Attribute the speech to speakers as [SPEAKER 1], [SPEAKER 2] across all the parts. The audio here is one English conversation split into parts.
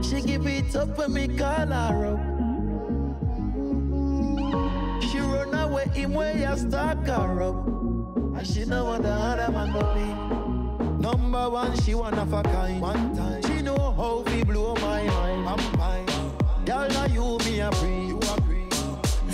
[SPEAKER 1] She give it up when me call her up. She run away him way I stalk her up. And she know what the other man go be. Number one, she one of a kind. One time, she know how we blow my mind. I'm fine. Girl, now you me a free. You agree.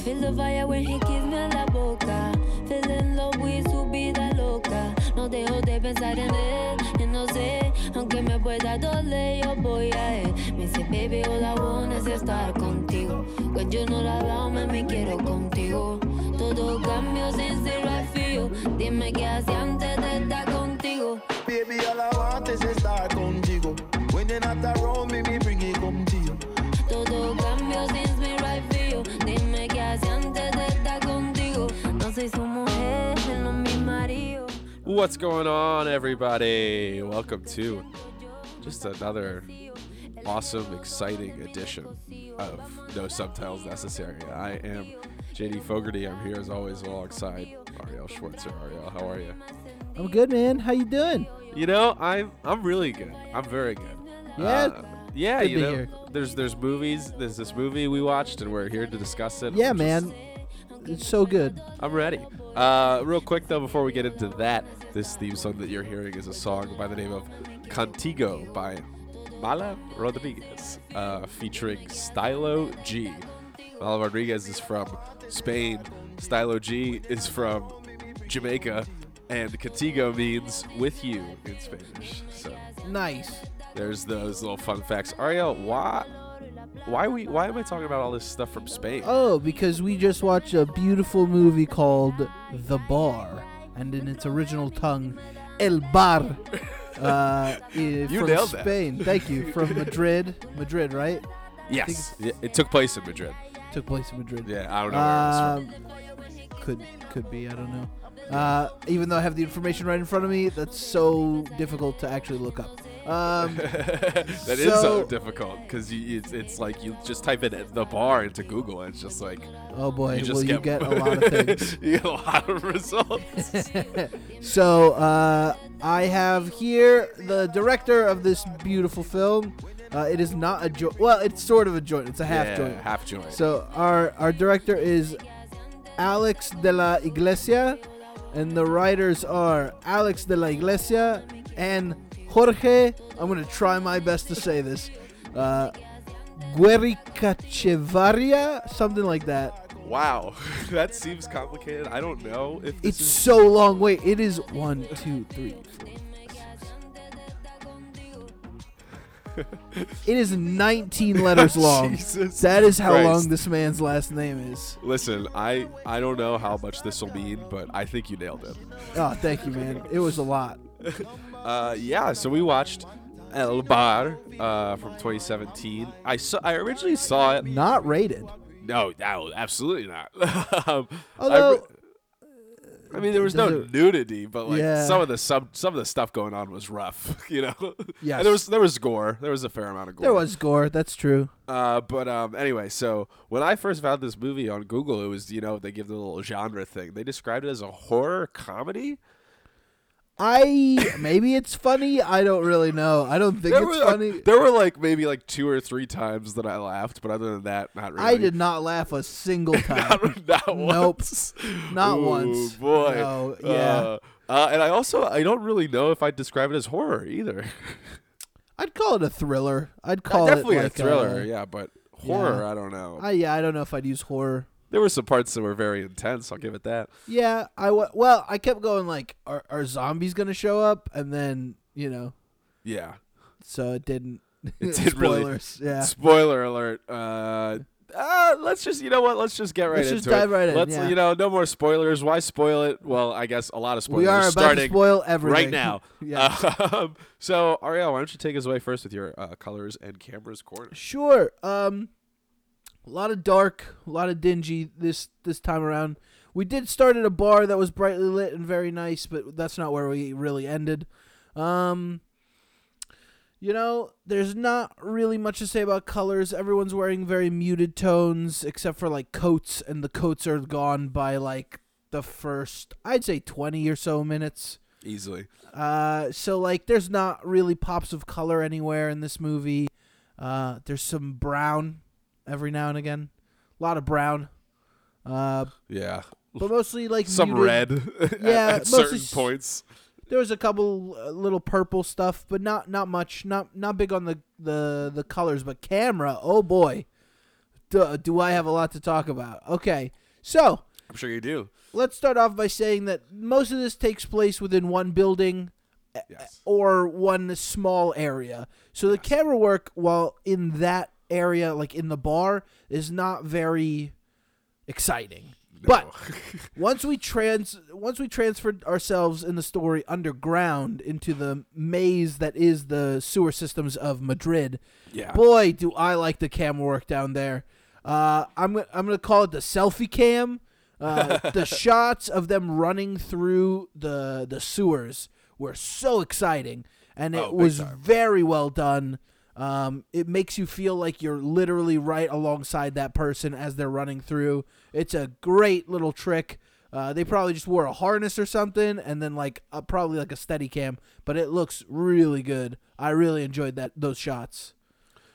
[SPEAKER 2] Feel the fire when he gives me la boca. Feel in love with su vida loca. No dejo de pensar en él, y no sé, aunque me pueda doler, yo voy a él. Me dice, baby, all I want es estar contigo. When you know la about me, me quiero contigo. Todo cambio sincero al fío. Dime qué hacía antes de estar contigo.
[SPEAKER 1] Baby, all I want is estar contigo. When you're not around me, me bring it come to you.
[SPEAKER 2] Todo cambio sincero al fío. Dime qué hacía antes de estar contigo. No soy su mujer, no mi marido.
[SPEAKER 3] What's going on, everybody? Welcome to just another awesome, exciting edition of No Subtitles Necessary. I am JD Fogarty. I'm here as always alongside Ariel Schwartzer. Ariel, how are you?
[SPEAKER 4] I'm good, man. How you doing?
[SPEAKER 3] You know, I'm I'm really good. I'm very good. Uh,
[SPEAKER 4] Yeah.
[SPEAKER 3] yeah,
[SPEAKER 4] good to
[SPEAKER 3] you
[SPEAKER 4] be
[SPEAKER 3] know,
[SPEAKER 4] here.
[SPEAKER 3] there's there's movies. There's this movie we watched, and we're here to discuss it.
[SPEAKER 4] yeah,
[SPEAKER 3] I'm just-
[SPEAKER 4] man. It's so good.
[SPEAKER 3] I'm ready. Uh, real quick though, before we get into that, this theme song that you're hearing is a song by the name of "Contigo" by Mala Rodriguez, uh, featuring Stylo G. Mala Rodriguez is from Spain. Stylo G is from Jamaica, and "Contigo" means "with you" in Spanish. So
[SPEAKER 4] Nice.
[SPEAKER 3] there's those little fun facts. Ariel, why, why we, why am I talking about all this stuff from Spain?
[SPEAKER 4] Oh, because we just watched a beautiful movie called The Bar, and in its original tongue, El Bar. Uh, i-
[SPEAKER 3] You
[SPEAKER 4] from
[SPEAKER 3] nailed that.
[SPEAKER 4] Spain. Thank you. From Madrid. Madrid, right?
[SPEAKER 3] yes, it, it took place in Madrid.
[SPEAKER 4] Took place in Madrid.
[SPEAKER 3] Yeah, I don't know. where it was from.
[SPEAKER 4] Um, could could be. I don't know. Uh, even though I have the information right in front of me, that's so difficult to actually look up. Um,
[SPEAKER 3] that is so
[SPEAKER 4] So-
[SPEAKER 3] difficult because it's, it's like you just type in the bar into Google and it's just like
[SPEAKER 4] oh boy,
[SPEAKER 3] you just
[SPEAKER 4] well
[SPEAKER 3] get,
[SPEAKER 4] you get a lot of things.
[SPEAKER 3] you get a lot of results.
[SPEAKER 4] So uh, I have here the director of this beautiful film. Uh, it is not a joint. Well, it's sort of a joint. It's a half
[SPEAKER 3] Yeah,
[SPEAKER 4] joint.
[SPEAKER 3] half joint.
[SPEAKER 4] So our our director is Alex de la Iglesia, and the writers are Alex de la Iglesia and Jorge. I'm gonna try my best to say this. Uh, Guericachevaria, something like that.
[SPEAKER 3] wow, that seems complicated. I don't know if this
[SPEAKER 4] It's
[SPEAKER 3] is
[SPEAKER 4] so long. Wait, it is one, two, three, four. It is 19 letters long.
[SPEAKER 3] Jesus
[SPEAKER 4] That is how
[SPEAKER 3] Christ.
[SPEAKER 4] long this man's last name is.
[SPEAKER 3] Listen, I I don't know how much this will mean, but I think you nailed it.
[SPEAKER 4] Oh, thank you, man. It was a lot.
[SPEAKER 3] Uh, yeah, so we watched El Bar uh, from 2017. I saw. I originally saw it.
[SPEAKER 4] Not rated.
[SPEAKER 3] No, no, absolutely not. um, I re-
[SPEAKER 4] Although-
[SPEAKER 3] I mean, there was
[SPEAKER 4] Does
[SPEAKER 3] no
[SPEAKER 4] it-
[SPEAKER 3] nudity, but like
[SPEAKER 4] Yeah.
[SPEAKER 3] some of the some some of the stuff going on was rough, you know.
[SPEAKER 4] Yes.
[SPEAKER 3] and there was there was gore. There was a fair amount of gore.
[SPEAKER 4] There was gore. That's true.
[SPEAKER 3] Uh, but um, anyway, so when I first found this movie on Google, it was you know they give the little genre thing. They described it as a horror comedy.
[SPEAKER 4] I maybe it's funny. I don't really know. I don't think
[SPEAKER 3] There
[SPEAKER 4] it's
[SPEAKER 3] were,
[SPEAKER 4] funny.
[SPEAKER 3] there were like maybe like two or three times that I laughed, but other than that, not really.
[SPEAKER 4] I did not laugh a single time.
[SPEAKER 3] not, not
[SPEAKER 4] Nope.
[SPEAKER 3] once.
[SPEAKER 4] Not
[SPEAKER 3] Ooh,
[SPEAKER 4] once.
[SPEAKER 3] Boy.
[SPEAKER 4] No, yeah.
[SPEAKER 3] Uh, uh, and I also I don't really know if I describe it as horror either.
[SPEAKER 4] I'd call it a thriller. I'd call
[SPEAKER 3] Uh, Definitely
[SPEAKER 4] it
[SPEAKER 3] a
[SPEAKER 4] like uh,
[SPEAKER 3] thriller, yeah, but horror, I don't know.
[SPEAKER 4] I, yeah, I don't know if I'd use horror.
[SPEAKER 3] there were some parts that were very intense. I'll give it that.
[SPEAKER 4] Yeah, I w- well, I kept going like, are, are zombies gonna show up? And then you know,
[SPEAKER 3] Yeah.
[SPEAKER 4] so it didn't.
[SPEAKER 3] It did really-
[SPEAKER 4] Spoilers. Yeah.
[SPEAKER 3] Spoiler alert. Uh, uh, let's just you know what? Let's just get right
[SPEAKER 4] Let's
[SPEAKER 3] into
[SPEAKER 4] just
[SPEAKER 3] it.
[SPEAKER 4] dive right in,
[SPEAKER 3] Let's
[SPEAKER 4] yeah.
[SPEAKER 3] you know no more spoilers. Why spoil it? Well, I guess a lot of spoilers
[SPEAKER 4] We are about
[SPEAKER 3] starting
[SPEAKER 4] to spoil everything
[SPEAKER 3] right now.
[SPEAKER 4] yeah.
[SPEAKER 3] Um, so Ariel, why don't you take us away first with your uh, colors and cameras corner?
[SPEAKER 4] Sure. Um, a lot of dark, a lot of dingy this this time around. We did start at a bar that was brightly lit and very nice, but that's not where we really ended. Um, you know, there's not really much to say about colors. Everyone's wearing very muted tones, except for like coats, and the coats are gone by like the first, I'd say, 20 or so minutes.
[SPEAKER 3] easily.
[SPEAKER 4] Uh, so like, there's not really pops of color anywhere in this movie. Uh, there's some brown every now and again, a lot of brown, uh,
[SPEAKER 3] Yeah,
[SPEAKER 4] but mostly like
[SPEAKER 3] some
[SPEAKER 4] muted.
[SPEAKER 3] red at-
[SPEAKER 4] Yeah,
[SPEAKER 3] at,
[SPEAKER 4] mostly
[SPEAKER 3] certain
[SPEAKER 4] s-
[SPEAKER 3] points.
[SPEAKER 4] There was a couple uh, little purple stuff, but not not much. Not not big on the the the colors, but camera. Oh boy, do, do I have a lot to talk about? Okay, so
[SPEAKER 3] I'm sure you do.
[SPEAKER 4] let's start off by saying that most of this takes place within one building eh,
[SPEAKER 3] Yes.
[SPEAKER 4] or one small area. So the camera work while in that area, like in the bar, is not very exciting. But once we trans once we transferred ourselves in the story underground into the maze that is the sewer systems of Madrid,
[SPEAKER 3] Yeah.
[SPEAKER 4] boy, do I like the camera work down there. Uh, I'm gonna I'm gonna call it the selfie cam. Uh, the shots of them running through the the sewers were so exciting, and it
[SPEAKER 3] Oh, big
[SPEAKER 4] was
[SPEAKER 3] time.
[SPEAKER 4] very well done. Um, it makes you feel like you're literally right alongside that person as they're running through. It's a great little trick. Uh, they probably just wore a harness or something, and then like uh, probably like a steady cam, but it looks really good. I really enjoyed that those shots.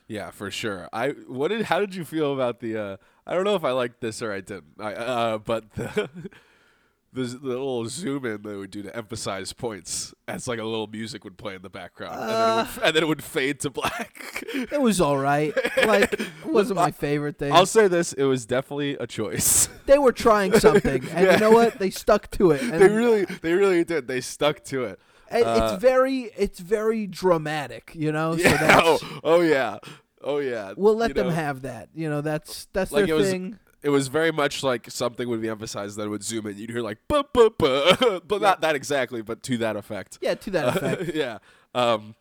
[SPEAKER 3] Yeah, for sure. I what did how did you feel about the uh I don't know if I liked this or I didn't. I uh but the the, the little zoom in they would do to emphasize points as like a little music would play in the background and, then it would, f-
[SPEAKER 4] Uh.
[SPEAKER 3] and then it would fade to black.
[SPEAKER 4] It was all right. Like, it wasn't my favorite thing.
[SPEAKER 3] I'll say this, it was definitely a choice.
[SPEAKER 4] they were trying something, and you know what? They stuck to it. And
[SPEAKER 3] they really they really did. They stuck to it.
[SPEAKER 4] and
[SPEAKER 3] uh,
[SPEAKER 4] it's very, it's very dramatic. You know. So
[SPEAKER 3] Yeah.
[SPEAKER 4] that's,
[SPEAKER 3] Oh, oh yeah. Oh yeah.
[SPEAKER 4] we'll let
[SPEAKER 3] You
[SPEAKER 4] them
[SPEAKER 3] know,
[SPEAKER 4] have that. You know, that's that's
[SPEAKER 3] like
[SPEAKER 4] their
[SPEAKER 3] it was
[SPEAKER 4] thing.
[SPEAKER 3] it was very much like something would be emphasized that would zoom in. You'd hear like buh, buh, buh. but not that exactly, but to that effect.
[SPEAKER 4] Yeah, to that effect.
[SPEAKER 3] yeah. Um,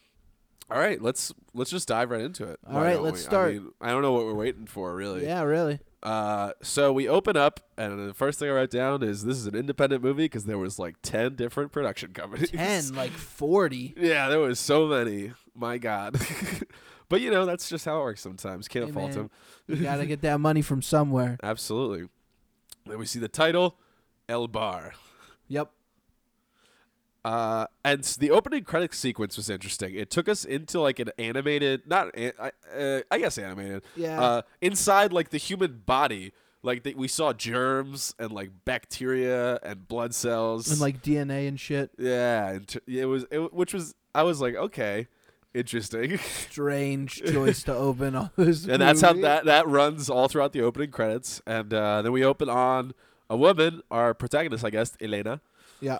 [SPEAKER 3] all right, let's let's just dive right into it.
[SPEAKER 4] All
[SPEAKER 3] Why
[SPEAKER 4] right,
[SPEAKER 3] don't
[SPEAKER 4] let's
[SPEAKER 3] we?
[SPEAKER 4] start.
[SPEAKER 3] I, mean, I don't know what we're waiting for, really.
[SPEAKER 4] yeah, really.
[SPEAKER 3] Uh, so we open up, and the first thing I write down is this is an independent movie because there was like ten different production companies.
[SPEAKER 4] Ten, like forty.
[SPEAKER 3] Yeah, there was so many. My God. but you know that's just how it works sometimes. Can't
[SPEAKER 4] Hey,
[SPEAKER 3] fault
[SPEAKER 4] man.
[SPEAKER 3] them.
[SPEAKER 4] You gotta get that money from somewhere.
[SPEAKER 3] Absolutely. Then we see the title, El Bar.
[SPEAKER 4] Yep.
[SPEAKER 3] Uh, and s- the opening credit sequence was interesting. It took us into like an animated, not an, I, uh, I guess animated.
[SPEAKER 4] Yeah.
[SPEAKER 3] Uh, inside like the human body, like they, we saw germs and like bacteria and blood cells.
[SPEAKER 4] And like DNA and shit.
[SPEAKER 3] yeah, and t- it was it, which was I was like okay, interesting.
[SPEAKER 4] Strange choice to open all this.
[SPEAKER 3] and that's how
[SPEAKER 4] movie.
[SPEAKER 3] that that runs all throughout the opening credits. And uh, then we open on a woman, our protagonist, I guess, Elena,
[SPEAKER 4] Yeah.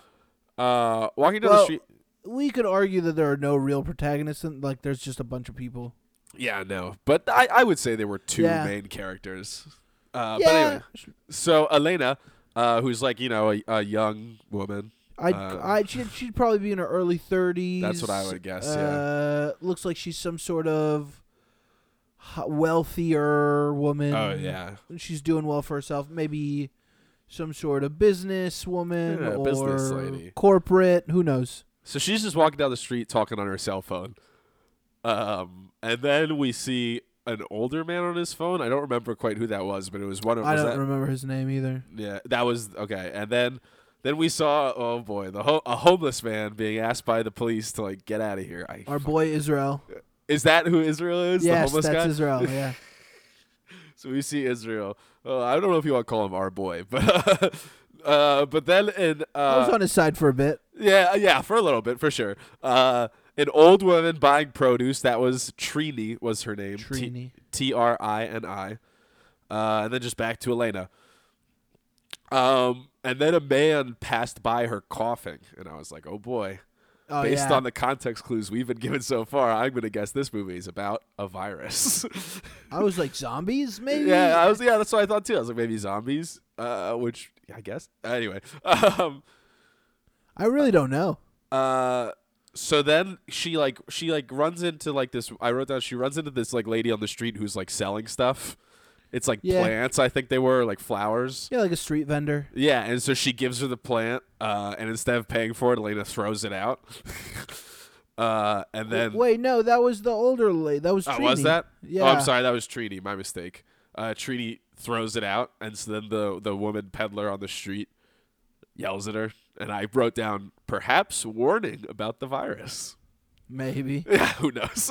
[SPEAKER 3] uh, walking down the
[SPEAKER 4] Well,
[SPEAKER 3] street.
[SPEAKER 4] we could argue that there are no real protagonists, and like there's just a bunch of people.
[SPEAKER 3] Yeah, no. But I, I would say there were two
[SPEAKER 4] Yeah.
[SPEAKER 3] main characters. Uh, But
[SPEAKER 4] Yeah.
[SPEAKER 3] anyway, so Elena, uh, who's like, you know, a, a young woman.
[SPEAKER 4] I'd,
[SPEAKER 3] Uh,
[SPEAKER 4] I'd she'd, she'd probably be in her early 30s.
[SPEAKER 3] That's what I would guess, yeah.
[SPEAKER 4] Uh, looks like she's some sort of ho- wealthier woman.
[SPEAKER 3] Oh, yeah.
[SPEAKER 4] She's doing well for herself. Maybe some sort of business woman
[SPEAKER 3] Yeah,
[SPEAKER 4] or
[SPEAKER 3] business lady.
[SPEAKER 4] corporate. Who knows?
[SPEAKER 3] So she's just walking down the street talking on her cell phone. Um, and then we see an older man on his phone. I don't remember quite who that was, but it was one of
[SPEAKER 4] I
[SPEAKER 3] was
[SPEAKER 4] don't
[SPEAKER 3] that-
[SPEAKER 4] remember his name either.
[SPEAKER 3] Yeah, that was okay. And then then we saw oh boy, the ho- a homeless man being asked by the police to like get out of here. I,
[SPEAKER 4] Our boy Israel.
[SPEAKER 3] is that who Israel is? the
[SPEAKER 4] yes,
[SPEAKER 3] homeless
[SPEAKER 4] that's
[SPEAKER 3] guy?
[SPEAKER 4] Israel. Yeah.
[SPEAKER 3] So we see Israel. Uh, I don't know if you want to call him our boy, but uh, but then in
[SPEAKER 4] I was
[SPEAKER 3] uh,
[SPEAKER 4] on his side for a bit.
[SPEAKER 3] yeah yeah for a little bit for sure. Uh, an old woman buying produce. That was Trini was her name.
[SPEAKER 4] Trini.
[SPEAKER 3] T R I N I. Uh, and then just back to Elena. Um, and then a man passed by her coughing, and I was like, oh boy.
[SPEAKER 4] Oh,
[SPEAKER 3] Based
[SPEAKER 4] yeah.
[SPEAKER 3] on the context clues we've been given so far, I'm gonna guess this movie is about a virus.
[SPEAKER 4] I was like zombies, maybe.
[SPEAKER 3] Yeah, I was. Yeah, that's what I thought too. I was like, maybe zombies, uh, which I guess. Anyway, um,
[SPEAKER 4] I really don't know.
[SPEAKER 3] uh, so then she like she like runs into like this. I wrote down she runs into this like lady on the street who's like selling stuff. It's like
[SPEAKER 4] Yeah.
[SPEAKER 3] plants, I think they were like flowers.
[SPEAKER 4] Yeah, like a street vendor.
[SPEAKER 3] Yeah, and so she gives her the plant, uh, and instead of paying for it, Elena throws it out. uh, and then
[SPEAKER 4] Wait, no, that was the older lady. That was.
[SPEAKER 3] Oh,
[SPEAKER 4] Trini.
[SPEAKER 3] was that?
[SPEAKER 4] Yeah.
[SPEAKER 3] Oh, I'm sorry. That was Treaty. My mistake. Uh, Treaty throws it out, and so then the the woman peddler on the street yells at her, And I wrote down perhaps warning about the virus.
[SPEAKER 4] Maybe.
[SPEAKER 3] Yeah, who knows?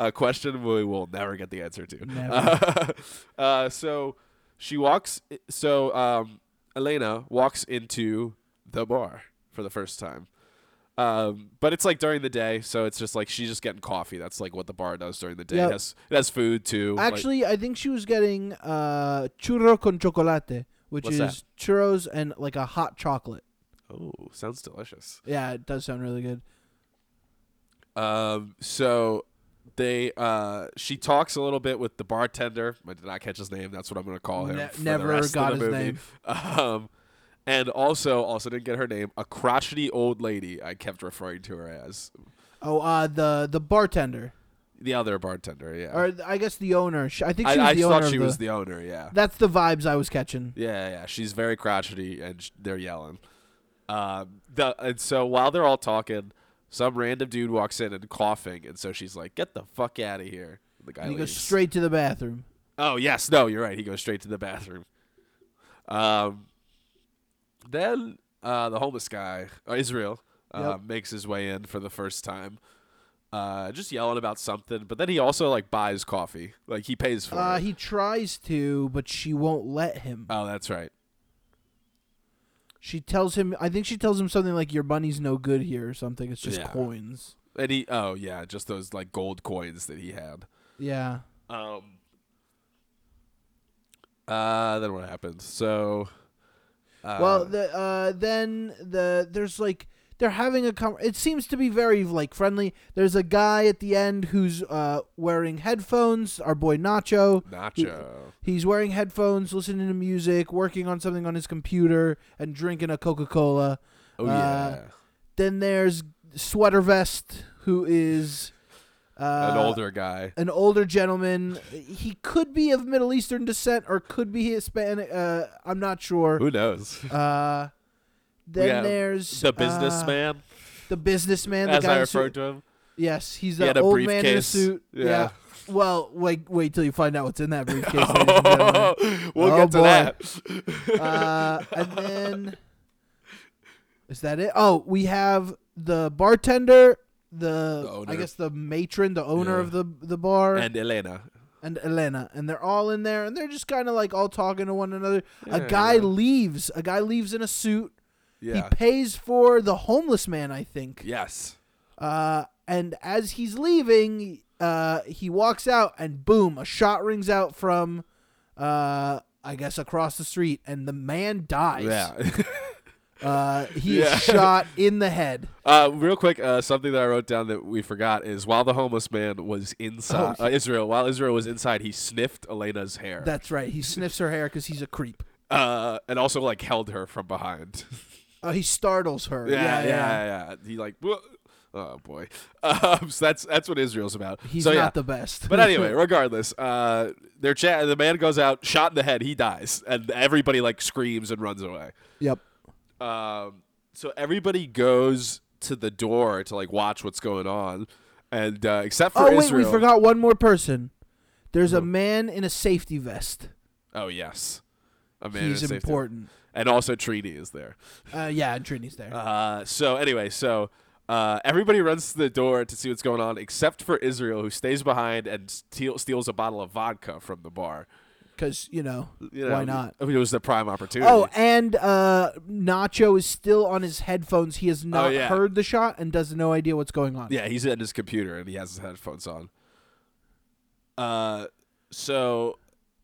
[SPEAKER 3] a question we will never get the answer to.
[SPEAKER 4] Never.
[SPEAKER 3] uh, so she walks. So um, Elena walks into the bar for the first time. Um, but it's like during the day, so it's just like she's just getting coffee. That's like what the bar does during the day.
[SPEAKER 4] Yep.
[SPEAKER 3] It has it has food too. like-
[SPEAKER 4] Actually, I think she was getting uh, churro con chocolate, which
[SPEAKER 3] What's
[SPEAKER 4] is
[SPEAKER 3] that?
[SPEAKER 4] churros and like a hot chocolate.
[SPEAKER 3] oh, sounds delicious.
[SPEAKER 4] Yeah, it does sound really good.
[SPEAKER 3] Um, so they uh, she talks a little bit with the bartender. I did not catch his name. That's what I'm going to call him.
[SPEAKER 4] Ne-
[SPEAKER 3] for the
[SPEAKER 4] never
[SPEAKER 3] rest of
[SPEAKER 4] got
[SPEAKER 3] the
[SPEAKER 4] his
[SPEAKER 3] movie.
[SPEAKER 4] name.
[SPEAKER 3] Um, and also, also didn't get her name. A crotchety old lady. I kept referring to her as
[SPEAKER 4] Oh, uh, the the bartender,
[SPEAKER 3] the other bartender. Yeah,
[SPEAKER 4] or I guess the owner. She, I think she
[SPEAKER 3] I,
[SPEAKER 4] was
[SPEAKER 3] I
[SPEAKER 4] the
[SPEAKER 3] just
[SPEAKER 4] owner.
[SPEAKER 3] thought she
[SPEAKER 4] of the,
[SPEAKER 3] was the owner. Yeah,
[SPEAKER 4] That's the vibes I was catching.
[SPEAKER 3] yeah, yeah. She's very crotchety, and sh- they're yelling. Um, the and so while they're all talking, some random dude walks in and coughing, and so she's like, "Get the fuck out of here!" The guy
[SPEAKER 4] And he goes
[SPEAKER 3] leaves.
[SPEAKER 4] straight to the bathroom.
[SPEAKER 3] Oh yes, no, you're right. He goes straight to the bathroom. Um, then uh, the homeless guy, uh, Israel, uh,
[SPEAKER 4] Yep.
[SPEAKER 3] makes his way in for the first time, uh, just yelling about something. But then he also like buys coffee, like he pays for
[SPEAKER 4] Uh,
[SPEAKER 3] it.
[SPEAKER 4] he tries to, but she won't let him.
[SPEAKER 3] oh, that's right.
[SPEAKER 4] She tells him. I think she tells him something like, "Your money's no good here" or something. It's just
[SPEAKER 3] Yeah.
[SPEAKER 4] coins.
[SPEAKER 3] And he, oh yeah, just those like gold coins that he had.
[SPEAKER 4] Yeah.
[SPEAKER 3] Um. Uh, then what happened? So. Uh,
[SPEAKER 4] well, the, uh, then the there's like they're having a com- it seems to be very like friendly. There's a guy at the end who's uh, wearing headphones. Our boy Nacho. He-
[SPEAKER 3] Nacho.
[SPEAKER 4] he's wearing headphones, listening to music, working on something on his computer, and drinking a Coca Cola.
[SPEAKER 3] Oh
[SPEAKER 4] uh,
[SPEAKER 3] yeah,
[SPEAKER 4] Then there's sweater vest, who is uh,
[SPEAKER 3] an older guy.
[SPEAKER 4] an older gentleman. He could be of Middle Eastern descent or could be Hispanic. Uh, I'm not sure.
[SPEAKER 3] Who knows?
[SPEAKER 4] Uh, then
[SPEAKER 3] Yeah,
[SPEAKER 4] there's
[SPEAKER 3] the
[SPEAKER 4] uh,
[SPEAKER 3] businessman,
[SPEAKER 4] the businessman, the
[SPEAKER 3] as
[SPEAKER 4] guy in
[SPEAKER 3] I
[SPEAKER 4] the
[SPEAKER 3] referred
[SPEAKER 4] suit.
[SPEAKER 3] to him.
[SPEAKER 4] Yes, he's
[SPEAKER 3] He
[SPEAKER 4] the
[SPEAKER 3] had a
[SPEAKER 4] old man in a
[SPEAKER 3] briefcase.
[SPEAKER 4] suit.
[SPEAKER 3] Yeah.
[SPEAKER 4] Well, wait, wait till you find out what's in that briefcase. ladies and gentlemen.
[SPEAKER 3] we'll get to
[SPEAKER 4] Oh, boy.
[SPEAKER 3] that.
[SPEAKER 4] Uh, and then is that it? Oh, we have the bartender, the,
[SPEAKER 3] The owner.
[SPEAKER 4] I guess the matron, the owner
[SPEAKER 3] Yeah.
[SPEAKER 4] of the the bar, and,
[SPEAKER 3] and Elena.
[SPEAKER 4] Elena, and they're all in there, and they're just kind of like all talking to one another.
[SPEAKER 3] Yeah.
[SPEAKER 4] a guy leaves. A guy leaves in a suit.
[SPEAKER 3] Yeah.
[SPEAKER 4] He pays for the homeless man, I think.
[SPEAKER 3] yes.
[SPEAKER 4] Uh, and as he's leaving, uh, he walks out, and boom, a shot rings out from, uh, I guess across the street, and the man dies.
[SPEAKER 3] Yeah.
[SPEAKER 4] Uh, he
[SPEAKER 3] Yeah.
[SPEAKER 4] is shot in the head.
[SPEAKER 3] uh, real quick, uh, something that I wrote down that we forgot is while the homeless man was inside
[SPEAKER 4] Oh.
[SPEAKER 3] uh, Israel, while Israel was inside, he sniffed Elena's hair.
[SPEAKER 4] That's right. He sniffs her hair because he's a creep.
[SPEAKER 3] uh, and also like held her from behind.
[SPEAKER 4] Uh, he startles her.
[SPEAKER 3] yeah, yeah, yeah, yeah. He like, "Whoa." oh boy. Um, so that's that's what Israel's about.
[SPEAKER 4] He's
[SPEAKER 3] so,
[SPEAKER 4] not
[SPEAKER 3] yeah.
[SPEAKER 4] the best.
[SPEAKER 3] But anyway, regardless, uh, their chat. The man goes out, shot in the head. He dies, and everybody like screams and runs away.
[SPEAKER 4] yep.
[SPEAKER 3] Um, so everybody goes to the door to like watch what's going on, and uh, except for
[SPEAKER 4] Oh wait,
[SPEAKER 3] Israel.
[SPEAKER 4] we forgot one more person. There's a man in a safety vest.
[SPEAKER 3] Oh yes, a man in
[SPEAKER 4] He's
[SPEAKER 3] safety.
[SPEAKER 4] important.
[SPEAKER 3] and also Trini is there.
[SPEAKER 4] Uh, yeah, and Trini's there.
[SPEAKER 3] Uh, so anyway, so. Uh, everybody runs to the door to see what's going on, except for Israel, who stays behind and steal, steals a bottle of vodka from the bar.
[SPEAKER 4] Because you know,
[SPEAKER 3] You know,
[SPEAKER 4] why not?
[SPEAKER 3] I mean, it was the prime opportunity.
[SPEAKER 4] Oh, and uh, Nacho is still on his headphones. He has not
[SPEAKER 3] Oh, yeah.
[SPEAKER 4] heard the shot and does no idea what's going on.
[SPEAKER 3] Yeah, he's at his computer and he has his headphones on. Uh, so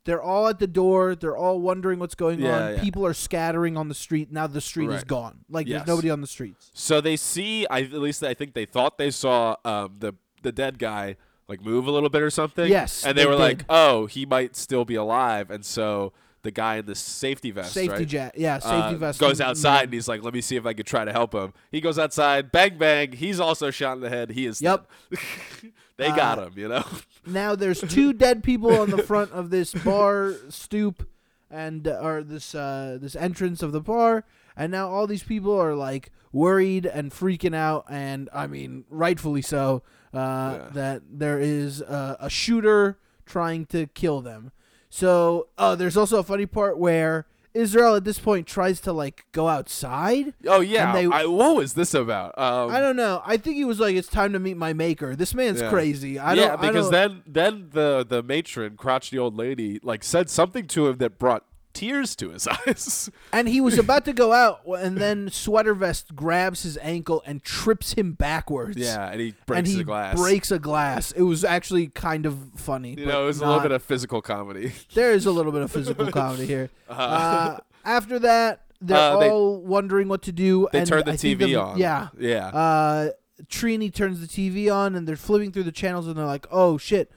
[SPEAKER 4] They're all at the door. They're all wondering what's going
[SPEAKER 3] Yeah,
[SPEAKER 4] on.
[SPEAKER 3] yeah.
[SPEAKER 4] People are scattering on the street. Now the street is
[SPEAKER 3] Right.
[SPEAKER 4] gone. Like
[SPEAKER 3] Yes.
[SPEAKER 4] there's nobody on the streets.
[SPEAKER 3] so they see. I at least I think they thought they saw um the the dead guy like move a little bit or something.
[SPEAKER 4] Yes,
[SPEAKER 3] and they,
[SPEAKER 4] they
[SPEAKER 3] were like,
[SPEAKER 4] did.
[SPEAKER 3] oh, he might still be alive, and so. The guy in the safety vest,
[SPEAKER 4] safety
[SPEAKER 3] right,
[SPEAKER 4] jet. Yeah,
[SPEAKER 3] uh,
[SPEAKER 4] safety vest.
[SPEAKER 3] goes
[SPEAKER 4] and-
[SPEAKER 3] outside and he's like, "Let me see if I could try to help him." He goes outside, bang bang. He's also shot in the head. He is.
[SPEAKER 4] Yep. Uh,
[SPEAKER 3] dead. they got him, you know.
[SPEAKER 4] Now there's two dead people on the front of this bar stoop and uh, or this uh, this entrance of the bar and now all these people are like worried and freaking out and I mean rightfully so uh, that there is uh, a shooter trying to kill them. So uh, there's also a funny part where Israel at this point tries to like go outside.
[SPEAKER 3] Oh yeah.
[SPEAKER 4] And they-
[SPEAKER 3] I, what was this about? Um,
[SPEAKER 4] I don't know. I think he was like, "It's time to meet my maker." This man's
[SPEAKER 3] Yeah.
[SPEAKER 4] crazy. I
[SPEAKER 3] yeah,
[SPEAKER 4] don't. I
[SPEAKER 3] because
[SPEAKER 4] don't-
[SPEAKER 3] then then the the matron, crotchety old lady, like said something to him that brought tears to his eyes.
[SPEAKER 4] and he was about to go out, and then sweater vest grabs his ankle and trips him backwards.
[SPEAKER 3] yeah, and he breaks
[SPEAKER 4] and he
[SPEAKER 3] the glass.
[SPEAKER 4] breaks a glass. It was actually kind of funny.
[SPEAKER 3] you
[SPEAKER 4] but
[SPEAKER 3] know, it was a little
[SPEAKER 4] not-
[SPEAKER 3] bit of physical comedy.
[SPEAKER 4] There is a little bit of physical comedy here. Uh, after that, they're
[SPEAKER 3] Uh-huh. Uh, they-
[SPEAKER 4] all wondering what to do.
[SPEAKER 3] They
[SPEAKER 4] and
[SPEAKER 3] turned the
[SPEAKER 4] I
[SPEAKER 3] TV
[SPEAKER 4] think the-
[SPEAKER 3] on.
[SPEAKER 4] Yeah.
[SPEAKER 3] yeah.
[SPEAKER 4] Uh, Trini turns the TV on, and they're flipping through the channels, and they're like, "Oh shit,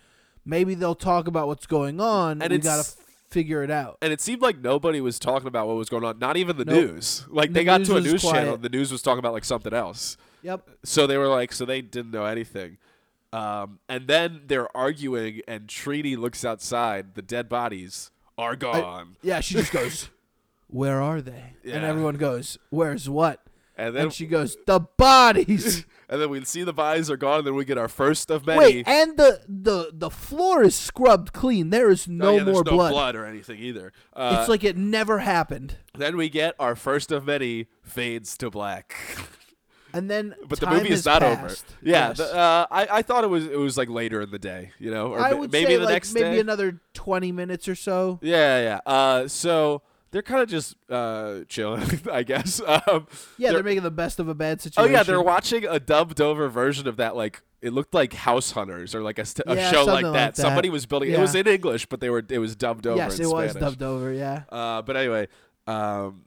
[SPEAKER 4] maybe they'll talk about what's going on.
[SPEAKER 3] And
[SPEAKER 4] we
[SPEAKER 3] it's-
[SPEAKER 4] gotta f- figure it out."
[SPEAKER 3] and it seemed like nobody was talking about what was going on. Not even the
[SPEAKER 4] Nope.
[SPEAKER 3] news. Like
[SPEAKER 4] The
[SPEAKER 3] they got
[SPEAKER 4] news
[SPEAKER 3] to a
[SPEAKER 4] was
[SPEAKER 3] news channel,
[SPEAKER 4] quiet.
[SPEAKER 3] and the news was talking about like something else.
[SPEAKER 4] Yep.
[SPEAKER 3] So they were like, so they didn't know anything. Um, and then they're arguing, and Trini looks outside. The dead bodies are gone,
[SPEAKER 4] Yeah, she just goes, "Where are they?"
[SPEAKER 3] Yeah.
[SPEAKER 4] And everyone goes, "Where's what?"
[SPEAKER 3] and then
[SPEAKER 4] And she goes, "The bodies."
[SPEAKER 3] and then we see the bodies are gone. And then we get our first of many.
[SPEAKER 4] Wait, and the the the floor is scrubbed clean. There is
[SPEAKER 3] Oh,
[SPEAKER 4] no
[SPEAKER 3] yeah, there's
[SPEAKER 4] more
[SPEAKER 3] no
[SPEAKER 4] blood.
[SPEAKER 3] blood or anything either. Uh,
[SPEAKER 4] It's like it never happened.
[SPEAKER 3] then we get our first of many fades to black.
[SPEAKER 4] And then,
[SPEAKER 3] But
[SPEAKER 4] time
[SPEAKER 3] the movie
[SPEAKER 4] has
[SPEAKER 3] is not
[SPEAKER 4] passed.
[SPEAKER 3] over. Yeah,
[SPEAKER 4] Yes.
[SPEAKER 3] the- uh, I, I thought it was it was like later in the day, you know, or
[SPEAKER 4] I
[SPEAKER 3] ma-
[SPEAKER 4] would
[SPEAKER 3] maybe
[SPEAKER 4] say
[SPEAKER 3] the
[SPEAKER 4] like
[SPEAKER 3] next
[SPEAKER 4] maybe
[SPEAKER 3] day.
[SPEAKER 4] another twenty minutes or so.
[SPEAKER 3] Yeah, yeah. yeah. Uh, so they're kind of just uh, chilling, I guess. Um,
[SPEAKER 4] Yeah, they're, making the best of a bad
[SPEAKER 3] oh
[SPEAKER 4] situation.
[SPEAKER 3] yeah, they're watching a dubbed over version of that. Like it looked like House Hunters or like a, st- a
[SPEAKER 4] Yeah,
[SPEAKER 3] show like
[SPEAKER 4] something
[SPEAKER 3] that.
[SPEAKER 4] like that.
[SPEAKER 3] Somebody was building. It
[SPEAKER 4] Yeah.
[SPEAKER 3] was in English, but they were it was dubbed over.
[SPEAKER 4] Yes,
[SPEAKER 3] in
[SPEAKER 4] it was
[SPEAKER 3] Spanish.
[SPEAKER 4] dubbed over. Yeah,
[SPEAKER 3] Uh, but anyway, um,